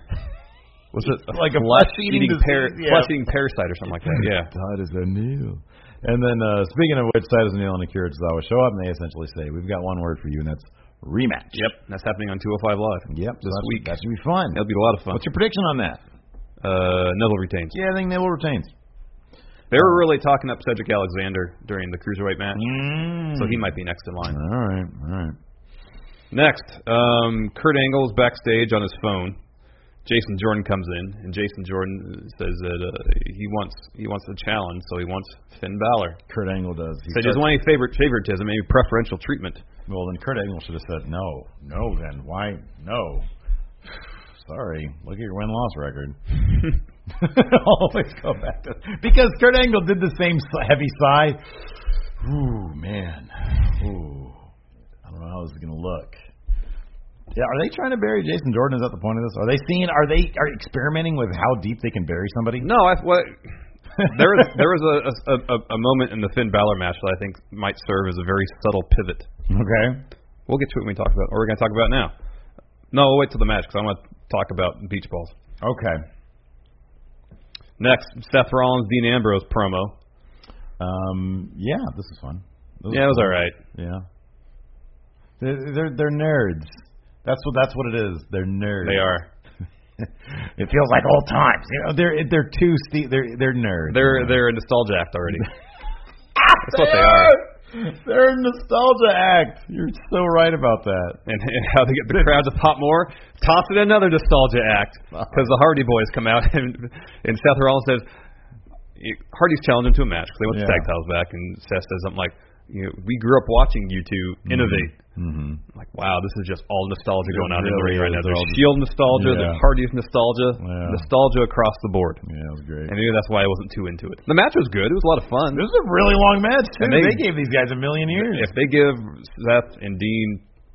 Speaker 3: Was it a
Speaker 2: Like a
Speaker 3: flesh
Speaker 2: flesh-eating
Speaker 3: eating
Speaker 2: disease,
Speaker 3: par-
Speaker 2: yeah.
Speaker 3: flesh eating parasite or something like that? Yeah.
Speaker 2: Todd is O'Neill. And then uh, speaking of which, Titus O'Neill and Akira Tozawa show up, and they essentially say, "We've got one word for you, and that's rematch."
Speaker 3: Yep. That's happening on 205 Live.
Speaker 2: Yep.
Speaker 3: This
Speaker 2: that's-
Speaker 3: week.
Speaker 2: that should be fun.
Speaker 3: That'll be a lot of fun.
Speaker 2: What's your prediction on that?
Speaker 3: uh, Neville retains.
Speaker 2: Yeah, I think Neville retains.
Speaker 3: They were really talking up Cedric Alexander during the cruiserweight match, so he might be next in line.
Speaker 2: Mm. All right, all right.
Speaker 3: Next, um, Kurt Angle is backstage on his phone. Jason Jordan comes in, and Jason Jordan says that uh, he wants he wants the challenge, so he wants Finn Balor.
Speaker 2: Kurt Angle does. He
Speaker 3: So he doesn't want any favor- favoritism, any preferential treatment.
Speaker 2: Well, then Kurt Angle should have said no, no. Then why no? Sorry, look at your win loss record. Always go back to because Kurt Angle did the same s- heavy sigh. Ooh man, ooh. I don't know how this is gonna look. Yeah, are they trying to bury Jason Jordan? Is that the point of this? Are they seeing? Are they are experimenting with how deep they can bury somebody?
Speaker 3: No, I, what, there is there is a, a a a moment in the Finn Balor match that I think might serve as a very subtle pivot.
Speaker 2: Okay.
Speaker 3: We'll get to it when we talk about, or we're going to talk about it now. No, we'll wait till the match because I want to talk about beach balls.
Speaker 2: Okay.
Speaker 3: Next, Seth Rollins, Dean Ambrose promo.
Speaker 2: Um. Yeah, this is fun. This
Speaker 3: Yeah, it was
Speaker 2: fun.
Speaker 3: all right.
Speaker 2: Yeah. They're they're, they're nerds. That's what that's what it is. They're nerds.
Speaker 3: They are.
Speaker 2: It feels like old times. You know, they're they're too ste- they're they're nerds.
Speaker 3: They're they're nostalgia act already. That's what they are.
Speaker 2: They're nostalgia act. You're so right about that.
Speaker 3: And, and how they get the crowd to pop more. Toss it another nostalgia act
Speaker 2: Uh-huh.
Speaker 3: because the Hardy Boys come out and and Seth Rollins says Hardy's challenging to a match because they want the
Speaker 2: Yeah.
Speaker 3: tag titles back, and Seth says something like, "You know, we grew up watching you two innovate."
Speaker 2: Mm-hmm.
Speaker 3: I'm like, wow, this is just all nostalgia going on in the
Speaker 2: really is.
Speaker 3: ring right now.
Speaker 2: They're all
Speaker 3: There's
Speaker 2: just-
Speaker 3: Shield nostalgia,
Speaker 2: Yeah.
Speaker 3: there's Hardy's nostalgia,
Speaker 2: Yeah.
Speaker 3: nostalgia across the board.
Speaker 2: Yeah, that was great.
Speaker 3: And maybe that's why I wasn't too into it. The match was good. It was a lot of fun.
Speaker 2: this is a really long match too.
Speaker 3: And they-
Speaker 2: they gave these guys a million years.
Speaker 3: If they give Seth and Dean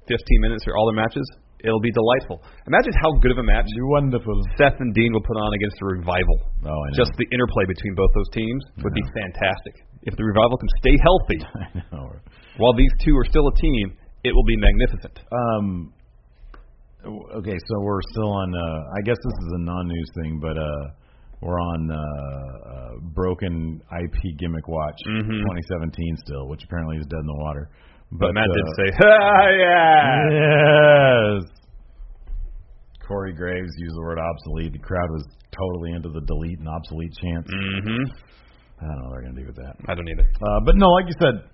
Speaker 3: 15 minutes for all their matches, it'll be delightful. Imagine how good of a match
Speaker 2: You're wonderful.
Speaker 3: Seth and Dean will put on against the Revival.
Speaker 2: Oh, I know.
Speaker 3: Just the interplay between both those teams would be fantastic. If the Revival can stay healthy
Speaker 2: I know.
Speaker 3: while these two are still a team, it will be magnificent.
Speaker 2: Um. Okay, so we're still on. Uh, I guess this is a non-news thing, but uh, we're on uh, uh, broken IP gimmick watch 2017 still, which apparently is dead in the water.
Speaker 3: Mm-hmm. But, Matt did
Speaker 2: uh,
Speaker 3: say, "Ah, yeah.
Speaker 2: Yes. Corey Graves used the word obsolete. The crowd was totally into the delete and obsolete chants.
Speaker 3: Mm-hmm.
Speaker 2: I don't know what they're gonna do with that.
Speaker 3: I don't either.
Speaker 2: Uh, but no, like you said,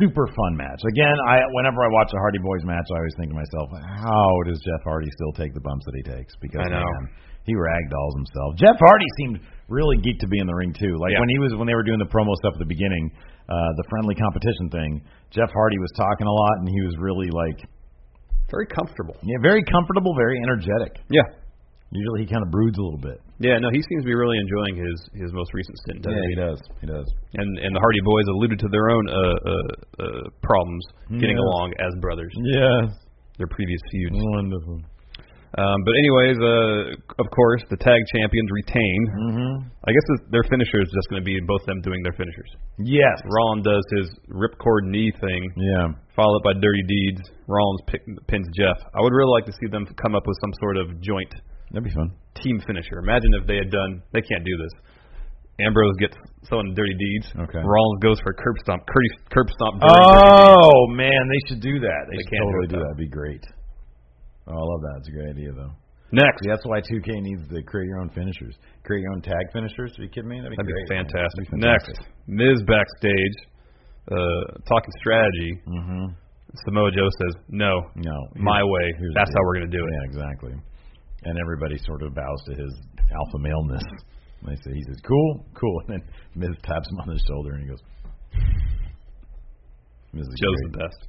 Speaker 2: super fun match. Again, I whenever I watch a Hardy Boys match, I always think to myself, how does Jeff Hardy still take the bumps that he takes? Because
Speaker 3: I know.
Speaker 2: man, he ragdolls himself. Jeff Hardy seemed really geeked to be in the ring too. Like
Speaker 3: Yeah.
Speaker 2: when he was when they were doing the promo stuff at the beginning, uh, the friendly competition thing. Jeff Hardy was talking a lot, and he was really like
Speaker 3: Very comfortable.
Speaker 2: yeah, very comfortable, very energetic.
Speaker 3: Yeah.
Speaker 2: Usually he kind of broods a little bit.
Speaker 3: Yeah, no, he seems to be really enjoying his his most recent stint. doesn't he?
Speaker 2: does. He does.
Speaker 3: And and the Hardy Boys alluded to their own uh, uh, uh, problems getting
Speaker 2: Yeah. Mm-hmm.
Speaker 3: along as brothers,
Speaker 2: Yes.
Speaker 3: their previous feuds.
Speaker 2: Wonderful. Mm-hmm.
Speaker 3: Um, but anyways, uh, of course, the tag champions retain.
Speaker 2: Mm-hmm.
Speaker 3: I guess th- their finisher is just going to be both them doing their finishers.
Speaker 2: Yes.
Speaker 3: Rollins does his ripcord knee thing,
Speaker 2: Yeah.
Speaker 3: followed up by Dirty Deeds. Rollins pick, pins Jeff. I would really like to see them come up with some sort of joint
Speaker 2: That'd be fun.
Speaker 3: team finisher. Imagine if they had done. They can't do this. Ambrose gets someone dirty deeds.
Speaker 2: Okay.
Speaker 3: Rollins goes for a curb stomp. Curb, curb stomp. during
Speaker 2: Oh man, they should do that. They,
Speaker 3: They
Speaker 2: should
Speaker 3: can't
Speaker 2: totally
Speaker 3: do
Speaker 2: do
Speaker 3: it,
Speaker 2: that.
Speaker 3: though.
Speaker 2: That'd be great. Oh, I love that. It's a great idea though.
Speaker 3: the- Next.
Speaker 2: See, that's why 2K needs to create your own finishers, create your own tag finishers. Are you kidding me? That'd be
Speaker 3: That'd be
Speaker 2: great.
Speaker 3: fantastic.
Speaker 2: That'd be
Speaker 3: Next. Miz backstage uh, talking strategy.
Speaker 2: Mm-hmm.
Speaker 3: Samoa Joe says, no,
Speaker 2: No,
Speaker 3: my
Speaker 2: here's-
Speaker 3: way.
Speaker 2: here's the
Speaker 3: That's how
Speaker 2: deal.
Speaker 3: we're going to do it.
Speaker 2: Yeah, exactly. And everybody sort of bows to his alpha maleness. And they say he says, "Cool, cool," and then Miz taps him on the shoulder and he goes. Miz is
Speaker 3: Joe's
Speaker 2: great.
Speaker 3: the best.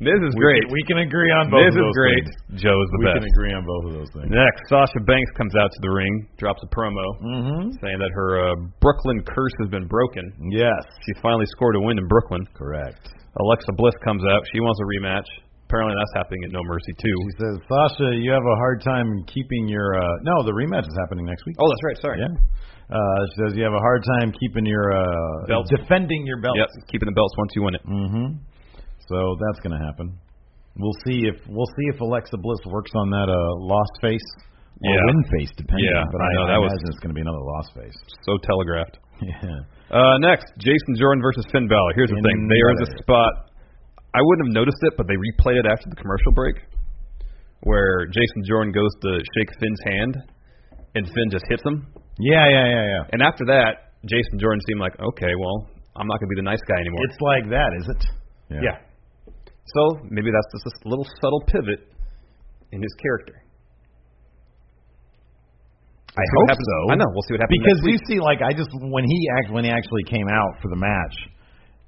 Speaker 3: Miz is great.
Speaker 2: We can agree on both
Speaker 3: Miz
Speaker 2: of
Speaker 3: is
Speaker 2: those
Speaker 3: great.
Speaker 2: things.
Speaker 3: Joe is the
Speaker 2: We
Speaker 3: best.
Speaker 2: can agree on both of those things.
Speaker 3: Next, Sasha Banks comes out to the ring, drops a promo
Speaker 2: Mm-hmm.
Speaker 3: saying that her uh, Brooklyn curse has been broken.
Speaker 2: Yes,
Speaker 3: She finally scored a win in Brooklyn.
Speaker 2: correct.
Speaker 3: Alexa Bliss comes out. She wants a rematch. Apparently that's happening at No Mercy too.
Speaker 2: He says, Sasha, you have a hard time keeping your. Uh, no, the rematch is happening next week.
Speaker 3: Oh, that's right. Sorry.
Speaker 2: yeah. Uh, she says you have a hard time keeping your uh,
Speaker 3: Belt.
Speaker 2: defending your belt.
Speaker 3: Yep. Keeping the belts once you win it.
Speaker 2: Mm-hmm. So that's going to happen. We'll see if we'll see if Alexa Bliss works on that uh, lost face or
Speaker 3: Yeah.
Speaker 2: win face, depending.
Speaker 3: Yeah,
Speaker 2: but
Speaker 3: I
Speaker 2: I,
Speaker 3: know,
Speaker 2: I
Speaker 3: that was-
Speaker 2: imagine it's going to be another lost face.
Speaker 3: So telegraphed.
Speaker 2: Yeah.
Speaker 3: Uh, next, Jason Jordan versus Finn Balor. Here's the
Speaker 2: Finn
Speaker 3: thing: they earned the
Speaker 2: Balor.
Speaker 3: spot. I wouldn't have noticed it, but they replayed it after the commercial break, where Jason Jordan goes to shake Finn's hand, and Finn just hits him.
Speaker 2: Yeah, yeah, yeah, yeah.
Speaker 3: And after that, Jason Jordan seemed like, okay, well, I'm not gonna be the nice guy anymore.
Speaker 2: It's like that, is it?
Speaker 3: yeah. So maybe that's just a little subtle pivot in his character.
Speaker 2: I
Speaker 3: See what
Speaker 2: hope
Speaker 3: happens-
Speaker 2: so.
Speaker 3: I know. We'll see what happens.
Speaker 2: Because
Speaker 3: next
Speaker 2: you
Speaker 3: week.
Speaker 2: see, like I just when he act when he actually came out for the match,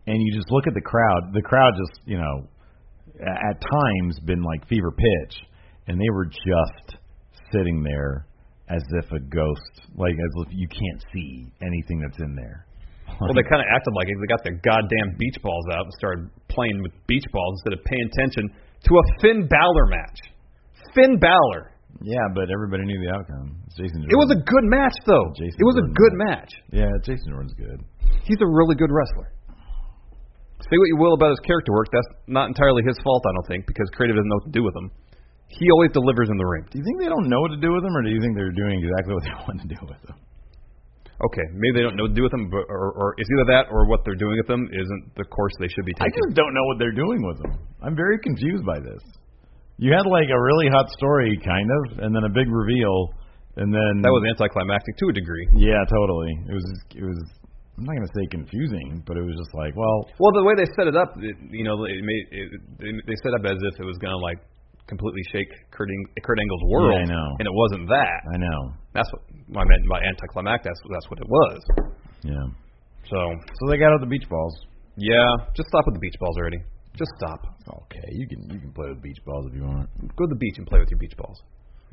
Speaker 2: and you just look at the crowd. The crowd just you know a- at times been like fever pitch, and they were just sitting there as if a ghost, like as if you can't see anything that's in there.
Speaker 3: Well, they kind of acted like it. They got their goddamn beach balls out and started playing with beach balls instead of paying attention to a Finn Balor match. Finn Balor.
Speaker 2: yeah, but everybody knew the outcome. It's Jason. Jordan.
Speaker 3: It was a good match, though.
Speaker 2: Jason
Speaker 3: it was a
Speaker 2: Jordan
Speaker 3: good match.
Speaker 2: yeah. Jason Jordan's good.
Speaker 3: He's a really good wrestler. Say what you will about his character work, that's not entirely his fault, I don't think, because creative doesn't know what to do with him. He always delivers in the ring.
Speaker 2: Do you think they don't know what to do with him, or do you think they're doing exactly what they want to do with him?
Speaker 3: Okay, maybe they don't know what to do with him, but, or, or it's either that or what they're doing with them isn't the course they should be
Speaker 2: I
Speaker 3: taking.
Speaker 2: just don't know what they're doing with them. I'm very confused by this. You had like a really hot story, kind of, and then a big reveal, and then
Speaker 3: That was anticlimactic to a degree.
Speaker 2: yeah, totally. It was it was. I'm not gonna say confusing, but it was just like, well,
Speaker 3: Well, the way they set it up, it, you know, it made, it, they they set up as if it was going to like completely shake Kurt, Eng- Kurt Angle's world.
Speaker 2: I know.
Speaker 3: And it wasn't that.
Speaker 2: I know,
Speaker 3: That's what I meant by anticlimactic. That's that's what it was.
Speaker 2: yeah.
Speaker 3: So
Speaker 2: So they got out the beach balls.
Speaker 3: yeah, just stop with the beach balls already. Just stop.
Speaker 2: Okay, you can you can play with beach balls if you want.
Speaker 3: Go to the beach and play with your beach balls.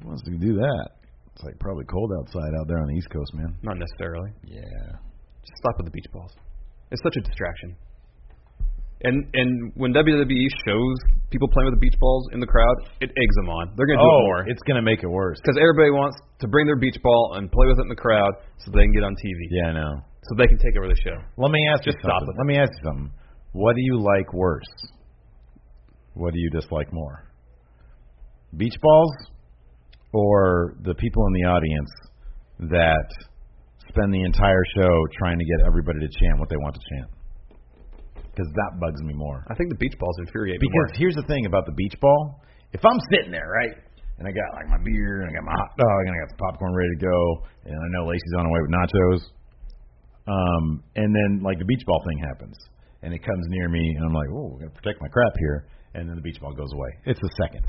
Speaker 2: Who wants to do that? It's like probably cold outside out there on the East Coast, man.
Speaker 3: Not necessarily.
Speaker 2: Yeah.
Speaker 3: Just stop with the beach balls. It's such a distraction. And and when WWE shows people playing with the beach balls in the crowd, it eggs them on. They're gonna do
Speaker 2: Oh,
Speaker 3: it more.
Speaker 2: it's gonna make it worse.
Speaker 3: because everybody wants to bring their beach ball and play with it in the crowd so they can get on TV,
Speaker 2: Yeah, I know.
Speaker 3: so they can take over the show.
Speaker 2: Let me ask
Speaker 3: Just
Speaker 2: you
Speaker 3: stop
Speaker 2: something.
Speaker 3: it.
Speaker 2: Let me ask you something. What do you like worse? What do you dislike more? Beach balls or the people in the audience that spend the entire show trying to get everybody to chant what they want to chant? Because that bugs me more.
Speaker 3: I think the beach balls infuriate me
Speaker 2: Because
Speaker 3: more.
Speaker 2: here's the thing about the beach ball. If I'm sitting there, right, and I got like my beer and I got my hot dog and I got the popcorn ready to go, and I know Lacey's on the way with nachos, um, and then like the beach ball thing happens, and it comes near me, and I'm like, oh, I'm gonna protect my crap here, and then the beach ball goes away. It's a second.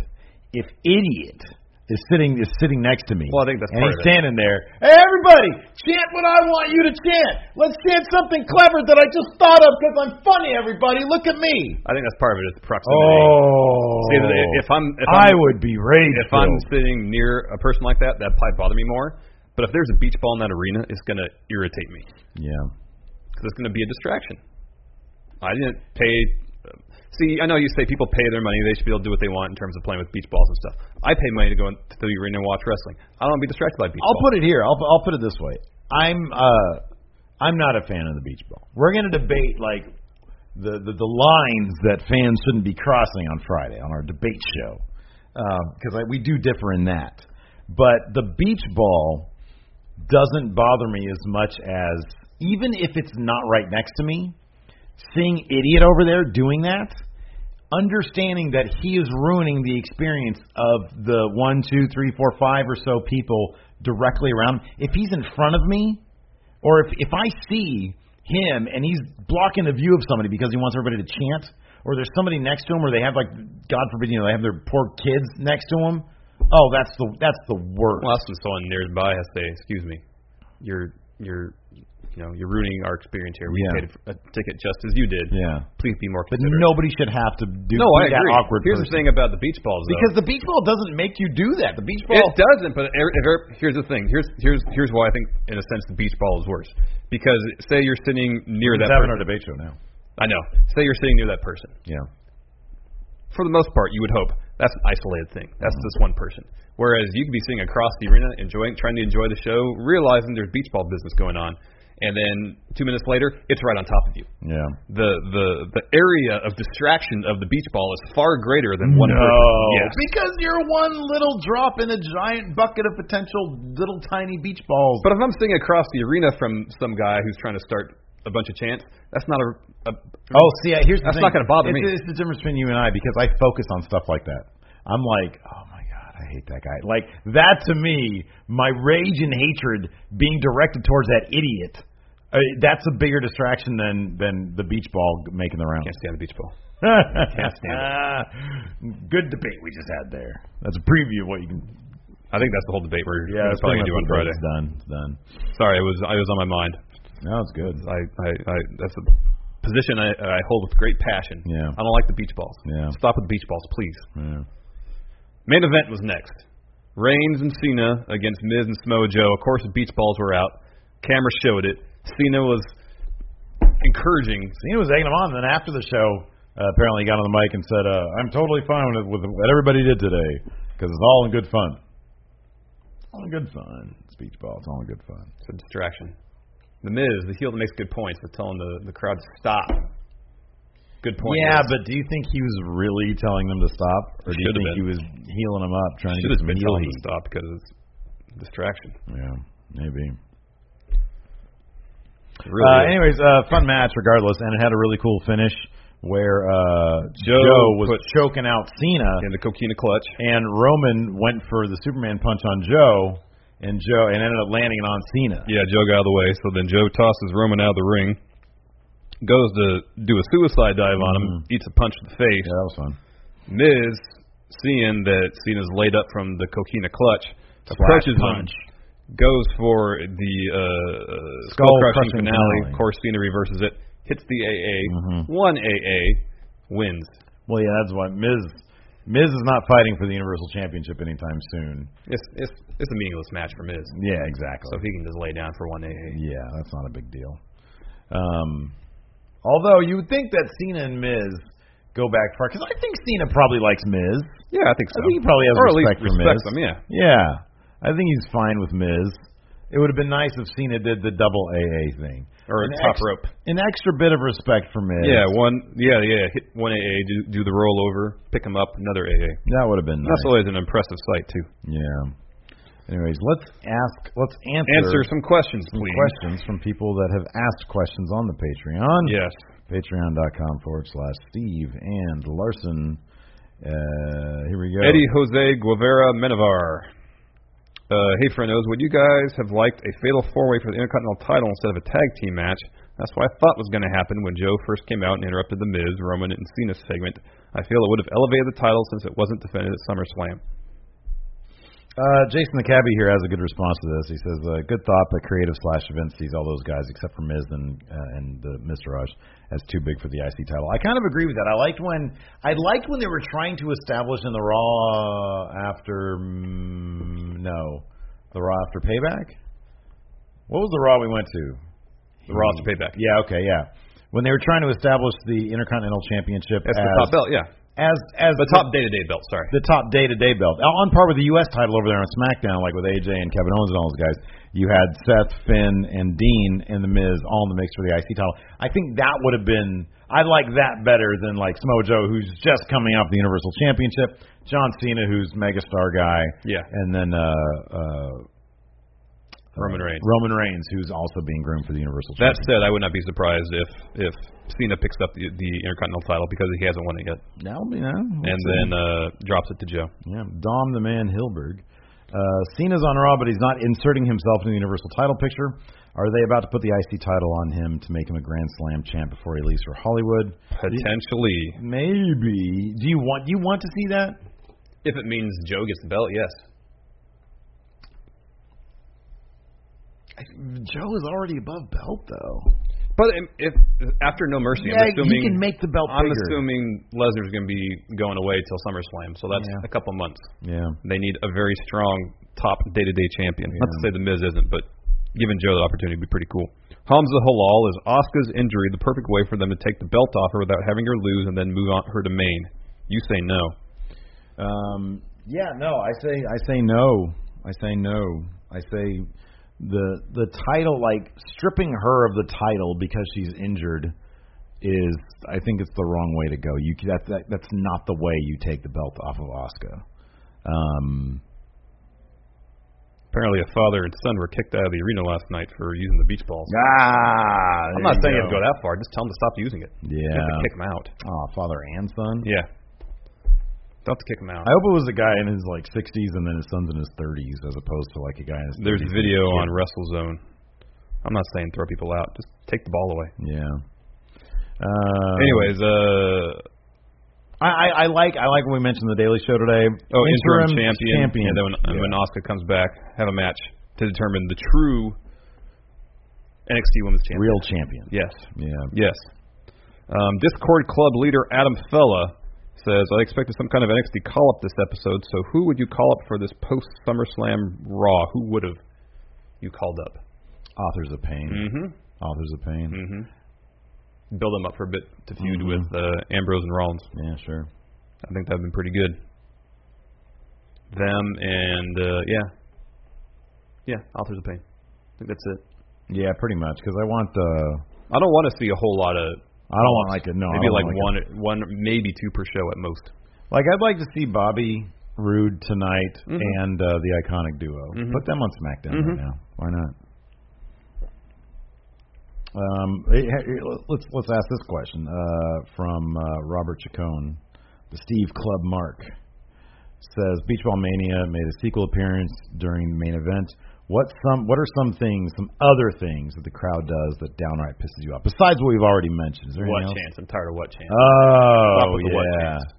Speaker 2: If idiot is sitting is sitting next to me,
Speaker 3: Well, I think that's
Speaker 2: and
Speaker 3: part
Speaker 2: he's
Speaker 3: of it.
Speaker 2: standing there. Hey, everybody, chant what I want you to chant. Let's chant something clever that I just thought of because I'm funny. Everybody, look at me.
Speaker 3: I think that's part of it is the proximity.
Speaker 2: Oh,
Speaker 3: See, if I'm if
Speaker 2: I
Speaker 3: I'm,
Speaker 2: would be rageful.
Speaker 3: if I'm sitting near a person like that, that might bother me more. But if there's a beach ball in that arena, it's gonna irritate me
Speaker 2: yeah,
Speaker 3: because it's gonna be a distraction. I didn't pay. See, I know you say people pay their money; they should be able to do what they want in terms of playing with beach balls and stuff. I pay money to go into the arena and watch wrestling. I don't want to be distracted by beach
Speaker 2: I'll
Speaker 3: balls.
Speaker 2: put it here. I'll I'll put it this way. I'm uh I'm not a fan of the beach ball. We're gonna debate like the the, the lines that fans shouldn't be crossing on Friday on our debate show because I we do differ in that. But the beach ball doesn't bother me as much as even if it's not right next to me, seeing idiot over there doing that. understanding that he is ruining the experience of the one, two, three, four, five or so people directly around him. If he's in front of me, or if if I see him and he's blocking the view of somebody because he wants everybody to chant, or there's somebody next to him, or they have like, God forbid, you know, they have their poor kids next to him. Oh, that's the that's the worst.
Speaker 3: Well, that's when someone nearby has to say, "Excuse me, you're you're you know you're ruining our experience here. We
Speaker 2: Yeah.
Speaker 3: paid a ticket just as you did.
Speaker 2: yeah,
Speaker 3: Please be more
Speaker 2: but
Speaker 3: considerate."
Speaker 2: nobody should have to do
Speaker 3: no,
Speaker 2: be
Speaker 3: I
Speaker 2: that
Speaker 3: agree.
Speaker 2: awkward.
Speaker 3: here's
Speaker 2: person.
Speaker 3: the thing about the beach balls, though.
Speaker 2: because the beach ball doesn't make you do that. The beach ball
Speaker 3: it doesn't. But er, if er, here's the thing. Here's here's here's why I think in a sense the beach ball is worse. Because say you're sitting near
Speaker 2: We're
Speaker 3: that
Speaker 2: having
Speaker 3: person.
Speaker 2: our debate show now.
Speaker 3: I know. Say you're sitting near that person.
Speaker 2: Yeah.
Speaker 3: For the most part, you would hope that's an isolated thing. That's
Speaker 2: Mm-hmm.
Speaker 3: just one person. Whereas you could be sitting across the arena, enjoying, trying to enjoy the show, realizing there's beach ball business going on, and then two minutes later, it's right on top of you.
Speaker 2: Yeah.
Speaker 3: The the the area of distraction of the beach ball is far greater than one
Speaker 2: no.
Speaker 3: person. Yes.
Speaker 2: Because you're one little drop in a giant bucket of potential little tiny beach balls.
Speaker 3: But if I'm sitting across the arena from some guy who's trying to start a bunch of chants, that's not a. a
Speaker 2: Oh, see, I- here's the
Speaker 3: That's
Speaker 2: thing.
Speaker 3: not gonna bother
Speaker 2: it's,
Speaker 3: me.
Speaker 2: It's the difference between you and I because I focus on stuff like that. I'm like, oh my god, I hate that guy. Like that to me, my rage and hatred being directed towards that idiot. Uh, that's a bigger distraction than than the beach ball making the rounds.
Speaker 3: can't stand the beach ball.
Speaker 2: Can't
Speaker 3: stand
Speaker 2: Ah, Good debate we just had there. That's a preview of what you can.
Speaker 3: I think that's the whole debate we're
Speaker 2: Yeah,
Speaker 3: gonna probably
Speaker 2: pretty
Speaker 3: do
Speaker 2: much
Speaker 3: on
Speaker 2: the
Speaker 3: Friday.
Speaker 2: debate's done. It's done.
Speaker 3: Sorry, it was I was on my mind.
Speaker 2: No, it's good.
Speaker 3: I, I, I that's a position I, I hold with great passion.
Speaker 2: Yeah.
Speaker 3: I don't like the beach balls.
Speaker 2: Yeah.
Speaker 3: Stop with the beach balls, please.
Speaker 2: Yeah.
Speaker 3: Main event was next. Reigns and Cena against Miz and Samoa Joe. Of course, the beach balls were out. Camera showed it. Cena was encouraging.
Speaker 2: Cena was egging him on, and then after the show, uh, apparently he got on the mic and said, uh, "I'm totally fine with, with what everybody did today because it's all in good fun. All in good fun. Speech ball. It's all in good fun.
Speaker 3: It's a distraction. The Miz, the heel that makes good points, but telling the, the crowd to stop. Good point.
Speaker 2: yeah,
Speaker 3: Miz.
Speaker 2: but do you think he was really telling them to stop, or do you
Speaker 3: Should've
Speaker 2: think
Speaker 3: been.
Speaker 2: he was healing them up, trying
Speaker 3: should
Speaker 2: to get
Speaker 3: have
Speaker 2: some
Speaker 3: been
Speaker 2: heel
Speaker 3: telling them
Speaker 2: heat?
Speaker 3: to stop because it's a distraction.
Speaker 2: Yeah, maybe.
Speaker 3: It really
Speaker 2: uh,
Speaker 3: is.
Speaker 2: anyways, uh, fun match regardless, and it had a really cool finish where uh,
Speaker 3: Joe
Speaker 2: was
Speaker 3: put-
Speaker 2: choking out Cena.
Speaker 3: and the coquina clutch.
Speaker 2: and Roman went for the Superman punch on Joe, and Joe and ended up landing it on Cena.
Speaker 3: Yeah, Joe got out of the way. So then Joe tosses Roman out of the ring, goes to do a suicide dive on him, eats a punch to the face.
Speaker 2: Mm-hmm. Yeah, that was fun.
Speaker 3: Miz, seeing that Cena's laid up from the coquina clutch, approaches
Speaker 2: punch.
Speaker 3: him, goes for the uh, skull crushing
Speaker 2: Skull-crushing
Speaker 3: finale.
Speaker 2: finale. Mm-hmm.
Speaker 3: Of course, Cena reverses it, hits the AA, one AA, wins.
Speaker 2: Well, yeah, that's why Miz Miz is not fighting for the Universal Championship anytime soon.
Speaker 3: It's it's it's a meaningless match for Miz,
Speaker 2: Yeah, exactly.
Speaker 3: so he can just lay down for one AA.
Speaker 2: yeah, that's not a big deal. Um, although you would think that Cena and Miz go back far because I think Cena probably likes Miz.
Speaker 3: Yeah, I think
Speaker 2: I
Speaker 3: so.
Speaker 2: think he probably has
Speaker 3: or
Speaker 2: respect
Speaker 3: at least
Speaker 2: for
Speaker 3: respects
Speaker 2: Miz.
Speaker 3: him. Yeah.
Speaker 2: Yeah, I think he's fine with Miz. It would have been nice if Cena did the double AA thing
Speaker 3: Or
Speaker 2: An
Speaker 3: top
Speaker 2: ex-
Speaker 3: rope.
Speaker 2: An extra bit of respect for Miz.
Speaker 3: Yeah, one. Yeah, yeah. Hit one AA, do, do the rollover, pick him up, another AA.
Speaker 2: that would have been nice.
Speaker 3: That's always an impressive sight too.
Speaker 2: Yeah. Anyways, let's ask. Let's answer,
Speaker 3: Answer some questions, please.
Speaker 2: questions from people that have asked questions on the Patreon.
Speaker 3: Yes.
Speaker 2: Patreon.com forward slash Steve and Larson. Uh, here we go.
Speaker 3: Eddie Jose Guevara Menavar. Uh, hey, friendos, would you guys have liked a fatal four-way for the Intercontinental title instead of a tag team match? That's what I thought was going to happen when Joe first came out and interrupted the Miz, Roman, and Cena segment. I feel it would have elevated the title since it wasn't defended at SummerSlam.
Speaker 2: Uh, Jason the cabbie here has a good response to this. He says, uh, "Good thought, but creative slash event sees all those guys except for Miz and uh, and the Mr. Raj as too big for the IC title." I kind of agree with that. I liked when I liked when they were trying to establish in the Raw after mm, no, the Raw after Payback. What was the Raw we went to?
Speaker 3: The
Speaker 2: Hmm.
Speaker 3: Raw to payback.
Speaker 2: Yeah, okay, yeah. When they were trying to establish the Intercontinental Championship
Speaker 3: That's
Speaker 2: as
Speaker 3: the top belt. Yeah,
Speaker 2: as as
Speaker 3: the top day-to-day belt. Sorry.
Speaker 2: the top day to day belt. On par with the U.S. title over there on SmackDown, like with AJ and Kevin Owens and all those guys, you had Seth, Finn, and Dean and The Miz all in the mix for the IC title. I think that would have been, I like that better than like Smojo, who's just coming off the Universal Championship, John Cena, who's megastar guy,
Speaker 3: Yeah.
Speaker 2: and then uh, uh,
Speaker 3: Roman Reigns.
Speaker 2: Roman Reigns, who's also being groomed for the Universal
Speaker 3: That
Speaker 2: Championship.
Speaker 3: said, I would not be surprised if if Cena picks up the, the Intercontinental title because he hasn't won it yet,
Speaker 2: That'll be, no, we'll
Speaker 3: and
Speaker 2: see.
Speaker 3: then uh, drops it to Joe.
Speaker 2: Yeah, Dom the Man Hilberg. Uh, Cena's on Raw, but he's not inserting himself in the Universal title picture. Are they about to put the IC title on him to make him a Grand Slam champ before he leaves for Hollywood?
Speaker 3: Potentially,
Speaker 2: Maybe. Do you want you want to see that?
Speaker 3: if it means Joe gets the belt, yes.
Speaker 2: Joe is already above belt though.
Speaker 3: But if, if after No Mercy,
Speaker 2: Yeah,
Speaker 3: I'm
Speaker 2: he
Speaker 3: assuming
Speaker 2: can make the belt
Speaker 3: I'm
Speaker 2: bigger.
Speaker 3: assuming Lesnar's going to be going away till SummerSlam, so that's
Speaker 2: Yeah.
Speaker 3: a couple months.
Speaker 2: Yeah.
Speaker 3: They need a very strong top day-to-day champion. Not to say the Miz isn't, but giving Joe the opportunity would be pretty cool. Hamza Halal is Oscar's injury the perfect way for them to take the belt off her without having her lose and then move on her to Maine. You say no.
Speaker 2: Um, yeah, no, I say I say no. I say no. I say the the title like stripping her of the title because she's injured is I think it's the wrong way to go. You that, that that's not the way you take the belt off of Oscar. Um,
Speaker 3: Apparently, a father and son were kicked out of the arena last night for using the beach balls.
Speaker 2: ah,
Speaker 3: I'm not saying you have to go that far. Just tell them to stop using it. You have to
Speaker 2: Yeah.
Speaker 3: kick them out.
Speaker 2: Oh, father and son.
Speaker 3: Yeah. Don't have to kick them out.
Speaker 2: I hope it was a guy in his like 60s and then his son's in his 30s, as opposed to like a guy in his.
Speaker 3: There's
Speaker 2: 30s.
Speaker 3: video on WrestleZone. I'm not saying throw people out. Just take the ball away.
Speaker 2: Yeah. Uh,
Speaker 3: Anyways, uh,
Speaker 2: I, I, I like I like when we mentioned the Daily Show today.
Speaker 3: oh, interim, champion.
Speaker 2: champion.
Speaker 3: And then when, and when Oscar comes back, have a match to determine the true NXT Women's Champion.
Speaker 2: real champion.
Speaker 3: Yes.
Speaker 2: Yeah.
Speaker 3: Yes. Um, Discord Club leader Adam Fella says, I expected some kind of NXT call up this episode, so who would you call up for this post SummerSlam Raw? Who would have you called up?
Speaker 2: Authors of pain.
Speaker 3: Mm-hmm.
Speaker 2: Authors of pain.
Speaker 3: Mm-hmm. Build them up for a bit to feud
Speaker 2: Mhm.
Speaker 3: with uh, Ambrose and Rollins.
Speaker 2: Yeah, sure.
Speaker 3: I think that'd been pretty good. Them and uh, yeah, yeah, Authors of Pain. I think that's it.
Speaker 2: Yeah, pretty much. Because I want the.
Speaker 3: I don't want to see a whole lot of
Speaker 2: I don't want like a no. I
Speaker 3: maybe
Speaker 2: don't
Speaker 3: like,
Speaker 2: want
Speaker 3: one, one, maybe two per show at most.
Speaker 2: A, like I'd like to see Bobby Roode tonight
Speaker 3: Mhm.
Speaker 2: and uh, the iconic duo.
Speaker 3: Mhm.
Speaker 2: Put them on SmackDown
Speaker 3: Mhm.
Speaker 2: right now. Why not? Um, eh, eh, let's let's ask this question uh, from uh, Robert Chacon, the Steve Club Mark says Beach Ball Mania made a sequel appearance during the main event. What some what are some things, some other things that the crowd does that downright pisses you off besides what we've already mentioned? Is there
Speaker 3: What
Speaker 2: anything else?
Speaker 3: chance? I'm tired of what chance. Stop
Speaker 2: Oh,
Speaker 3: with the what
Speaker 2: yeah.
Speaker 3: chants.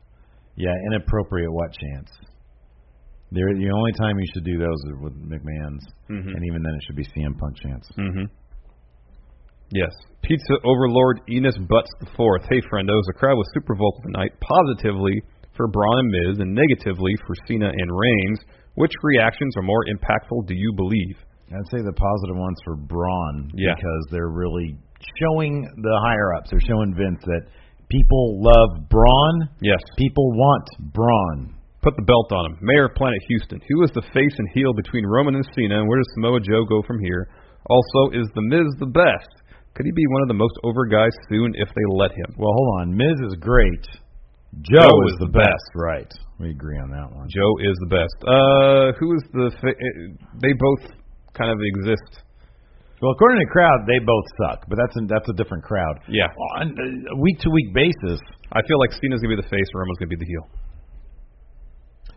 Speaker 2: Yeah, inappropriate what chance. They're, the only time you should do those is with McMahon's,
Speaker 3: Mhm.
Speaker 2: and even then it should be CM Punk chance.
Speaker 3: Mm-hmm. Yes. Pizza Overlord Enos Butts the Fourth. Hey, friendos, the crowd was super vocal tonight, positively for Braun and Miz, and negatively for Cena and Reigns. Which reactions are more impactful? Do you believe?
Speaker 2: I'd say the positive ones for Braun
Speaker 3: Yeah.
Speaker 2: because they're really showing the higher ups. They're showing Vince that people love Braun.
Speaker 3: Yes.
Speaker 2: People want Braun.
Speaker 3: Put the belt on him. Mayor of Planet Houston. Who is the face and heel between Roman and Cena, and where does Samoa Joe go from here? Also, is The Miz the best? Could he be one of the most over guys soon if they let him?
Speaker 2: Well, hold on. Miz is great. Joe,
Speaker 3: Joe
Speaker 2: is,
Speaker 3: is
Speaker 2: the
Speaker 3: the
Speaker 2: best.
Speaker 3: best.
Speaker 2: Right. We agree on that one.
Speaker 3: Joe is the best. Uh, who is the? Fa- eh, they both kind of exist.
Speaker 2: Well, according to the crowd, they both suck, but that's a, that's a different crowd.
Speaker 3: Yeah.
Speaker 2: On a week to week basis.
Speaker 3: I feel like Cena's gonna be the face, and Roman's gonna be the heel.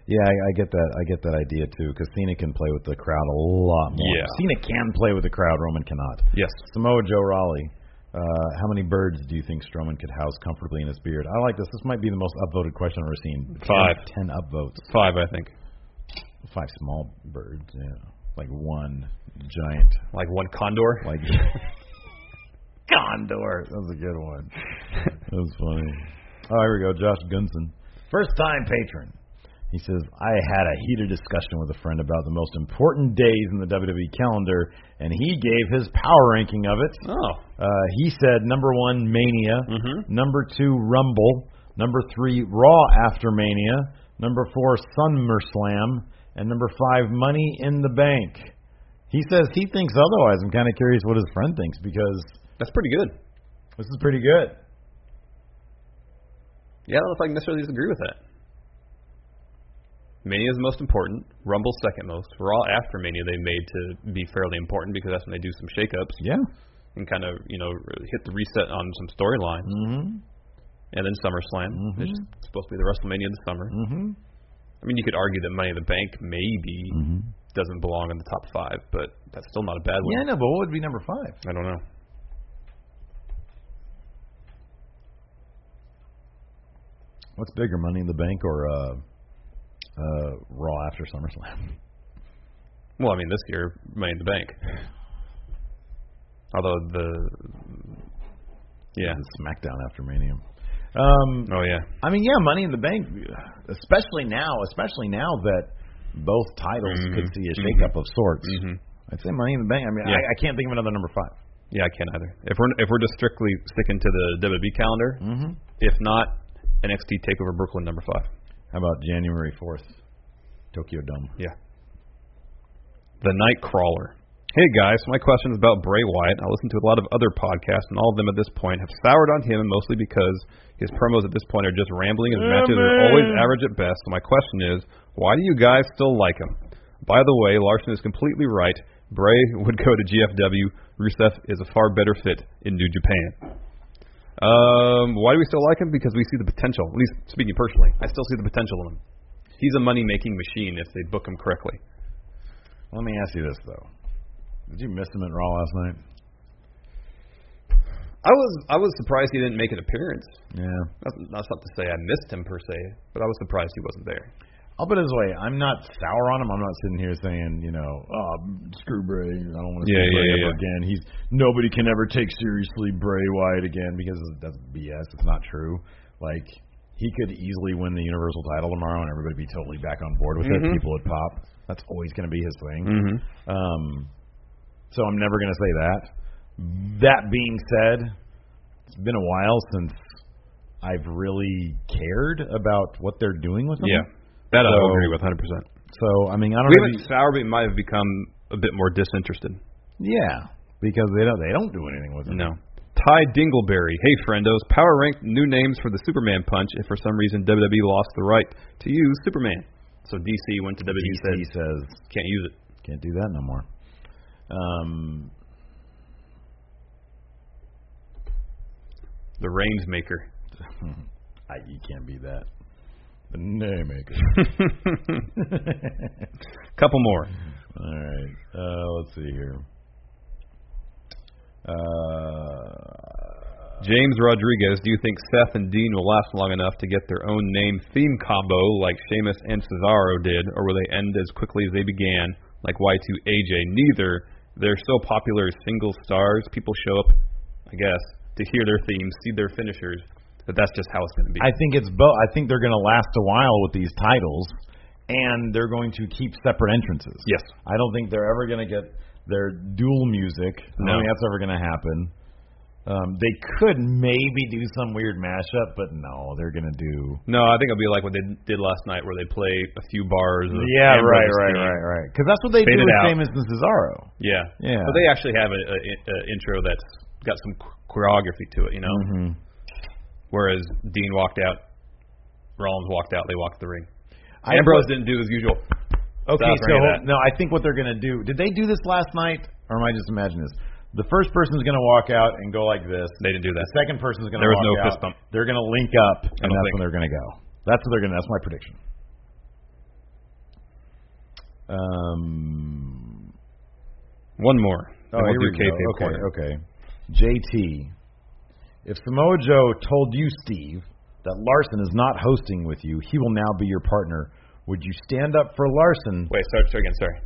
Speaker 2: Yeah, I, I get that. I get that idea too, because Cena can play with the crowd a lot more.
Speaker 3: Yeah.
Speaker 2: Cena can play with the crowd. Roman cannot.
Speaker 3: Yes.
Speaker 2: Samoa Joe Raleigh. Uh, how many birds do you think Strowman could house comfortably in his beard? I like this. This might be the most upvoted question I've ever seen.
Speaker 3: Five.
Speaker 2: Ten, ten upvotes.
Speaker 3: Five, I think.
Speaker 2: Five small birds. Yeah. Like one giant.
Speaker 3: Like one condor.
Speaker 2: Like condor. That was a good one. That was funny. Oh, here we go. Josh Gunson, first time patron. He says, I had a heated discussion with a friend about the most important days in the WWE calendar, and he gave his power ranking of it.
Speaker 3: oh.
Speaker 2: Uh, he said number one, Mania.
Speaker 3: Mhm.
Speaker 2: Number two, Rumble. Number three, Raw after Mania. Number four, SummerSlam. And number five, Money in the Bank. He says he thinks otherwise. I'm kind of curious what his friend thinks because
Speaker 3: That's pretty good.
Speaker 2: this is pretty good.
Speaker 3: Yeah, I don't know if I necessarily disagree with that. Mania's the most important. Rumble's second most. Raw after Mania they made to be fairly important because that's when they do some shakeups
Speaker 2: Yeah.
Speaker 3: and kind of you know hit the reset on some storyline.
Speaker 2: Mm-hmm.
Speaker 3: And then SummerSlam.
Speaker 2: Mhm.
Speaker 3: It's just supposed to be the WrestleMania of the summer.
Speaker 2: Mm-hmm.
Speaker 3: I mean, you could argue that Money in the Bank maybe
Speaker 2: Mm-hmm.
Speaker 3: doesn't belong in the top five, but that's still not a bad
Speaker 2: Yeah,
Speaker 3: one.
Speaker 2: no, but what would be number five?
Speaker 3: I don't know.
Speaker 2: What's bigger, Money in the Bank or uh, uh, Raw after SummerSlam?
Speaker 3: Well, I mean, this year, Money in the Bank. Although the, yeah,
Speaker 2: It's SmackDown after Mania. Um,
Speaker 3: oh yeah,
Speaker 2: I mean, yeah, Money in the Bank, especially now, especially now that both titles
Speaker 3: Mhm.
Speaker 2: could see a shakeup of sorts.
Speaker 3: hmm
Speaker 2: I'd say Money in the Bank. I mean, I,
Speaker 3: Yeah.
Speaker 2: I can't think of another number five.
Speaker 3: yeah, I can't either. If we're if we're just strictly sticking to the WWE calendar,
Speaker 2: Mm-hmm.
Speaker 3: if not NXT Takeover Brooklyn number five,
Speaker 2: How about January fourth, Tokyo Dome?
Speaker 3: yeah, the Night Crawler. Hey guys, my question is about Bray Wyatt. I listen to a lot of other podcasts, and all of them at this point have soured on him, mostly because his promos at this point are just rambling, and his matches are always average at best. So my question is, why do you guys still like him? By the way, Larson is completely right. Bray would go to GFW. Rusev is a far better fit in New Japan. Um, why do we still like him? Because we see the potential. At least speaking personally, I still see the potential in him. He's a money-making machine if they book him correctly.
Speaker 2: Let me ask you this though: Did you miss him at Raw last night?
Speaker 3: I was I was surprised he didn't make an appearance.
Speaker 2: Yeah.
Speaker 3: That's, that's not to say I missed him per se, but I was surprised he wasn't there.
Speaker 2: I'll put it this way: I'm not sour on him. I'm not sitting here saying, you know, oh, screw Bray. I don't want to
Speaker 3: Yeah,
Speaker 2: see Bray
Speaker 3: yeah,
Speaker 2: ever
Speaker 3: yeah.
Speaker 2: again. He's nobody can ever take seriously Bray Wyatt again because that's BS. It's not true. Like he could easily win the Universal title tomorrow, and everybody would be totally back on board with it.
Speaker 3: Mhm.
Speaker 2: People would pop. That's always going to be his thing.
Speaker 3: Mm-hmm.
Speaker 2: Um, so I'm never going to say that. That being said, it's been a while since I've really cared about what they're doing with them.
Speaker 3: Yeah, that I
Speaker 2: So-
Speaker 3: agree with 100. percent
Speaker 2: So I mean, I don't
Speaker 3: We
Speaker 2: know. if
Speaker 3: haven't sour, but we might have become a bit more disinterested.
Speaker 2: you- yeah, because they don't they don't do anything with them.
Speaker 3: No. Ty Dingleberry. Hey, friendos. Power ranked new names for the Superman punch if for some reason WWE lost the right to use Superman. So DC went to WWE
Speaker 2: DC
Speaker 3: and said,
Speaker 2: says
Speaker 3: can't use it.
Speaker 2: can't do that no more. Um,
Speaker 3: The Reigns Maker.
Speaker 2: I, you can't be that. The name maker.
Speaker 3: Couple more.
Speaker 2: All right. Uh, let's see here. Uh,
Speaker 3: James Rodriguez. Do you think Seth and Dean will last long enough to get their own name theme combo like Sheamus and Cesaro did, or will they end as quickly as they began like Y2AJ? Neither. They're so popular as single stars. People show up, I guess, to hear their themes, see their finishers. That that's just how it's going to be.
Speaker 2: I think it's both. I think they're going to last a while with these titles, and they're going to keep separate entrances.
Speaker 3: Yes.
Speaker 2: I don't think they're ever going to get their dual music. I
Speaker 3: No.
Speaker 2: don't think that's ever going to happen. Um, they could maybe do some weird mashup, but no, they're going to do.
Speaker 3: no, I think it'll be like what they did last night, where they play a few bars. Of Ambrose theme.
Speaker 2: right. Because that's what they do
Speaker 3: Fade it
Speaker 2: with
Speaker 3: out.
Speaker 2: Famous and Cesaro.
Speaker 3: Yeah,
Speaker 2: Yeah.
Speaker 3: But they actually have an intro that's got some ch- choreography to it, you know.
Speaker 2: Mhm.
Speaker 3: Whereas Dean walked out, Rollins walked out, they walked the ring.
Speaker 2: I-
Speaker 3: Ambrose didn't do his usual.
Speaker 2: Okay,
Speaker 3: Stop
Speaker 2: so
Speaker 3: bringing that.
Speaker 2: no, I think what they're gonna do. Did they do this last night, or am I just imagining this? The first person's gonna walk out and go like this.
Speaker 3: They didn't do that.
Speaker 2: The second person's gonna
Speaker 3: There was
Speaker 2: walk
Speaker 3: no
Speaker 2: out.
Speaker 3: fist bump.
Speaker 2: They're gonna link up, and
Speaker 3: don't
Speaker 2: that's
Speaker 3: think.
Speaker 2: when they're gonna go. That's what they're gonna. That's my prediction. Um.
Speaker 3: One
Speaker 2: Oh,
Speaker 3: more. Then
Speaker 2: here we
Speaker 3: we'll do
Speaker 2: go.
Speaker 3: kayfabe
Speaker 2: Okay,
Speaker 3: corner.
Speaker 2: okay. JT, if Samoa Joe told you, Steve, that Larson is not hosting with you, he will now be your partner. Would you stand up for Larson
Speaker 3: Wait, start, start again. Sorry.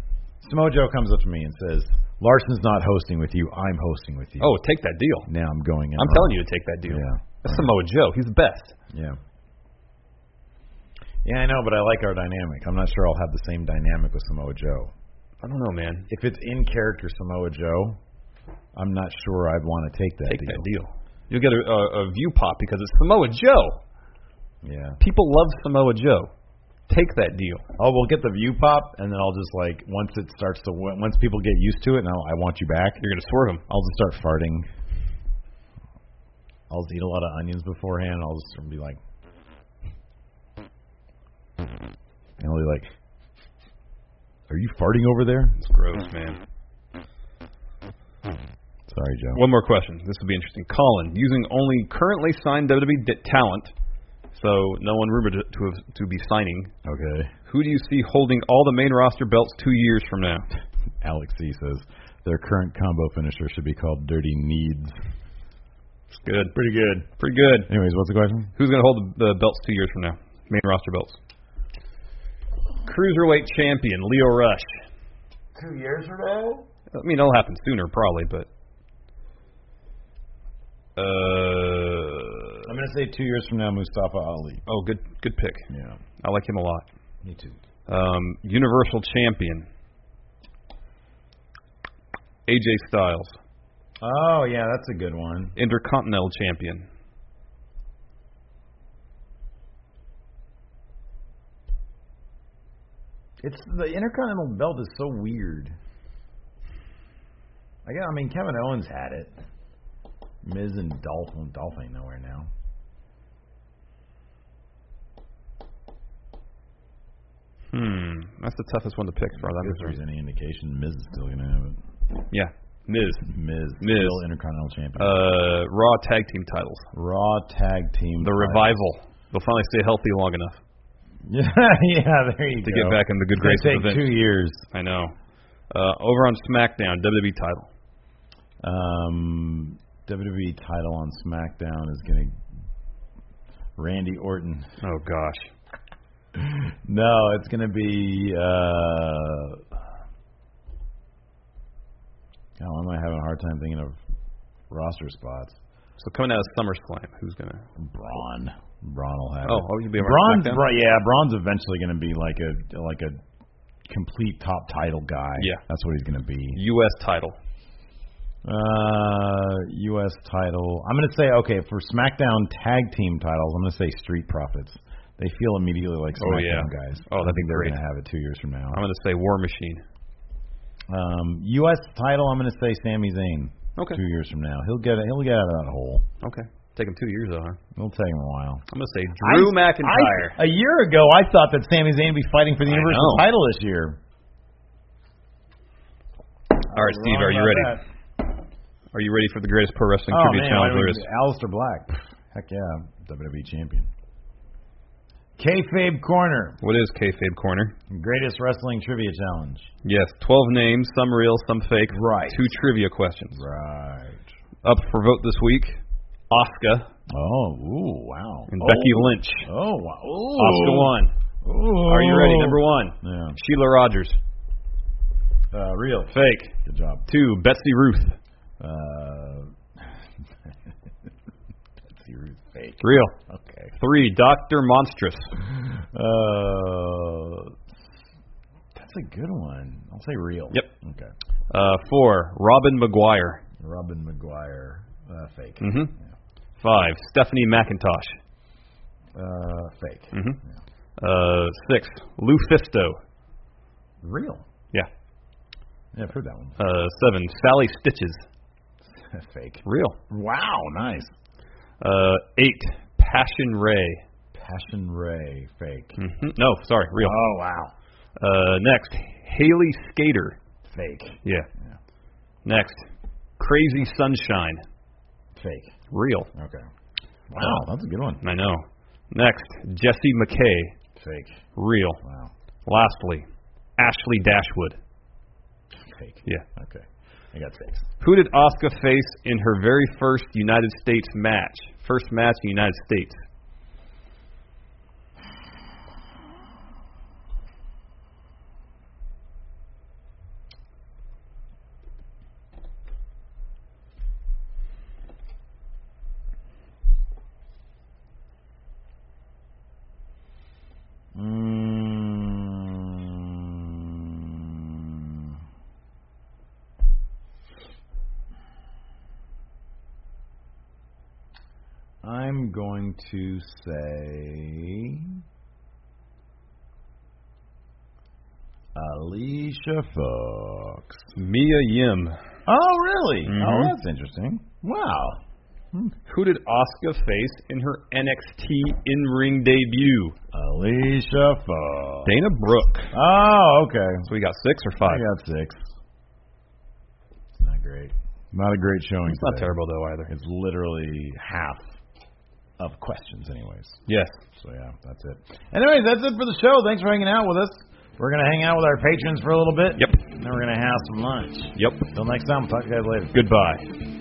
Speaker 2: Samojo comes up to me and says, "Larson's not hosting with you. I'm hosting with you."
Speaker 3: Oh, take that deal.
Speaker 2: now I'm going. In
Speaker 3: I'm telling you to take that deal.
Speaker 2: Yeah,
Speaker 3: That's Samoa Joe. He's the best.
Speaker 2: yeah, yeah. I know, but I like our dynamic. I'm not sure I'll have the same dynamic with Samoa Joe.
Speaker 3: I don't know, man.
Speaker 2: If it's in character Samoa Joe, I'm not sure I'd want to take that
Speaker 3: Take
Speaker 2: deal.
Speaker 3: that deal. You'll get a, a, a view pop because it's Samoa Joe.
Speaker 2: Yeah.
Speaker 3: People love Samoa Joe. Take that deal.
Speaker 2: Oh, we'll get the view pop, and then I'll just like once it starts to once people get used to it, and I'll, I want you back.
Speaker 3: You're gonna swerve him.
Speaker 2: I'll just start farting. I'll just eat a lot of onions beforehand. I'll just be like, and I'll be like, "Are you farting over there?"
Speaker 3: It's gross, man.
Speaker 2: Sorry, Joe.
Speaker 3: One more question. This will be interesting. Colin, using only currently signed WWE di- talent, so no one rumored to, to, have, to be signing.
Speaker 2: Okay.
Speaker 3: Who do you see holding all the main roster belts two years from now?
Speaker 2: Alex C says their current combo finisher should be called Dirty Needs.
Speaker 3: It's good.
Speaker 2: Pretty good.
Speaker 3: Pretty good.
Speaker 2: Anyways, what's the question?
Speaker 3: Who's going to hold the, the belts two years from now? Main roster belts. Cruiserweight champion Leo Rush.
Speaker 2: Two years from now.
Speaker 3: I mean, it'll happen sooner probably, but. Uh,
Speaker 2: I'm gonna say two years from now, Mustafa Ali.
Speaker 3: oh, good, good pick.
Speaker 2: Yeah,
Speaker 3: I like him a lot.
Speaker 2: me too.
Speaker 3: Um, Universal Champion. AJ Styles.
Speaker 2: Oh yeah, that's a good one.
Speaker 3: Intercontinental Champion.
Speaker 2: It's the Intercontinental belt is so weird. I guess I mean Kevin Owens had it. Miz and Dolph well, Dolph ain't nowhere now.
Speaker 3: Hmm. That's the toughest one to pick as far as I'm
Speaker 2: If there's
Speaker 3: concerned.
Speaker 2: any indication, Miz is still gonna have it.
Speaker 3: Yeah. Miz.
Speaker 2: Miz,
Speaker 3: Miz.
Speaker 2: still Intercontinental Champion.
Speaker 3: Uh, Raw tag team titles.
Speaker 2: Raw tag team.
Speaker 3: The revival. They'll finally stay healthy long enough
Speaker 2: Yeah, yeah. There you
Speaker 3: to
Speaker 2: go.
Speaker 3: get back in the good
Speaker 2: It's gonna take
Speaker 3: graces of things.
Speaker 2: two years.
Speaker 3: I know. Uh, over on SmackDown, WWE title.
Speaker 2: Um, WWE title on SmackDown is gonna Randy Orton.
Speaker 3: Oh gosh.
Speaker 2: No, it's gonna be. Uh, God, why am I having a hard time thinking of roster spots?
Speaker 3: So coming out of SummerSlam, who's gonna?
Speaker 2: Braun. Braun will have.
Speaker 3: Oh,
Speaker 2: it.
Speaker 3: oh, you'll be over on
Speaker 2: Braun's,
Speaker 3: SmackDown.
Speaker 2: Bra- yeah, Braun's eventually going to be like a like a complete top title guy.
Speaker 3: Yeah.
Speaker 2: that's what he's going to be.
Speaker 3: U.S. title.
Speaker 2: Uh, U.S. title. I'm going to say okay for SmackDown tag team titles. I'm going to say Street Profits. They feel immediately like
Speaker 3: Oh, yeah.
Speaker 2: SmackDown guys.
Speaker 3: Oh,
Speaker 2: I
Speaker 3: that'd
Speaker 2: think
Speaker 3: be
Speaker 2: they're
Speaker 3: great.
Speaker 2: going to have it two years from now.
Speaker 3: I'm gonna say War Machine.
Speaker 2: Um, U.S. title. I'm going to say Sami Zayn.
Speaker 3: Okay.
Speaker 2: Two years from now, he'll get he'll get out of that hole.
Speaker 3: Okay. Take him two years though. Huh?
Speaker 2: It'll take him a while.
Speaker 3: I'm gonna say Drew
Speaker 2: I-
Speaker 3: McIntyre.
Speaker 2: I- A year ago, I thought that Sami Zayn would be fighting for the
Speaker 3: I
Speaker 2: Universal
Speaker 3: know.
Speaker 2: title this year.
Speaker 3: All right, Steve, are you ready? Are you ready for the greatest pro wrestling
Speaker 2: Oh
Speaker 3: trivia
Speaker 2: man,
Speaker 3: challenge
Speaker 2: I
Speaker 3: there
Speaker 2: mean,
Speaker 3: is?
Speaker 2: Alistair Black. Heck yeah, WWE champion. Kayfabe Corner,
Speaker 3: What is kayfabe corner?
Speaker 2: greatest wrestling trivia challenge.
Speaker 3: Yes, 12 names, some real, some fake.
Speaker 2: Right.
Speaker 3: Two trivia questions.
Speaker 2: Right.
Speaker 3: Up for vote this week, Oscar
Speaker 2: Oh, ooh, wow.
Speaker 3: and
Speaker 2: oh,
Speaker 3: Becky Lynch.
Speaker 2: Oh, wow. Ooh.
Speaker 3: Oscar won.
Speaker 2: Ooh.
Speaker 3: Are you ready? Number one,
Speaker 2: Yeah.
Speaker 3: Sheila Rogers.
Speaker 2: Uh, real.
Speaker 3: Fake.
Speaker 2: Good job.
Speaker 3: Two, Betsy Ruth.
Speaker 2: Uh, Betsy Ruth fake.
Speaker 3: Real.
Speaker 2: Okay.
Speaker 3: Three, Dr. Monstrous.
Speaker 2: Uh, that's a good one. I'll say real.
Speaker 3: Yep.
Speaker 2: Okay.
Speaker 3: Uh, four, Robin McGuire.
Speaker 2: Robin McGuire, uh, fake.
Speaker 3: Mhm. Five, Stephanie McIntosh.
Speaker 2: Uh, fake.
Speaker 3: hmm Uh, six, Lou Fisto.
Speaker 2: Real.
Speaker 3: Yeah.
Speaker 2: Yeah, I've heard that one.
Speaker 3: Uh, seven, Sally Stitches.
Speaker 2: fake.
Speaker 3: Real.
Speaker 2: Wow, nice.
Speaker 3: Uh, eight, Passion Ray.
Speaker 2: Passion Ray, fake.
Speaker 3: hmm No, sorry, real.
Speaker 2: Oh Mm-hmm. wow,
Speaker 3: Uh, next, Haley Skater.
Speaker 2: fake,
Speaker 3: Yeah.
Speaker 2: Yeah.
Speaker 3: Next, Crazy Sunshine.
Speaker 2: fake.
Speaker 3: Real.
Speaker 2: Okay. Wow, that's a good one.
Speaker 3: I know. Next, Jesse McKay.
Speaker 2: Fake.
Speaker 3: Real.
Speaker 2: Wow,
Speaker 3: Lastly, Ashley Dashwood.
Speaker 2: fake.
Speaker 3: Yeah.
Speaker 2: Okay. I got six.
Speaker 3: Who did Asuka face in her very first United States match? First match in the United States.
Speaker 2: Mm. I'm going to say Alicia Fox.
Speaker 3: Mia Yim.
Speaker 2: Oh, really?
Speaker 3: Mhm.
Speaker 2: Oh, that's interesting. Wow.
Speaker 3: Who did Asuka face in her NXT in-ring debut?
Speaker 2: Alicia Fox.
Speaker 3: Dana Brooke.
Speaker 2: Oh, okay.
Speaker 3: So we got six or
Speaker 2: I
Speaker 3: five?
Speaker 2: got six. It's not great. Not a great showing.
Speaker 3: It's not
Speaker 2: today.
Speaker 3: terrible though either.
Speaker 2: It's literally half of questions, anyways.
Speaker 3: Yes.
Speaker 2: So yeah, that's it. Anyways, that's it for the show. Thanks for hanging out with us. We're gonna hang out with our patrons for a little bit.
Speaker 3: Yep.
Speaker 2: And then we're gonna have some lunch.
Speaker 3: Yep.
Speaker 2: Till next time, we'll talk to you guys later.
Speaker 3: Goodbye.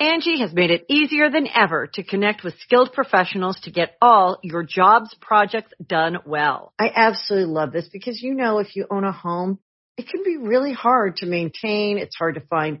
Speaker 4: Angie has made it easier than ever to connect with skilled professionals to get all your jobs projects done well.
Speaker 5: I absolutely love this because you know if you own a home, it can be really hard to maintain. It's hard to find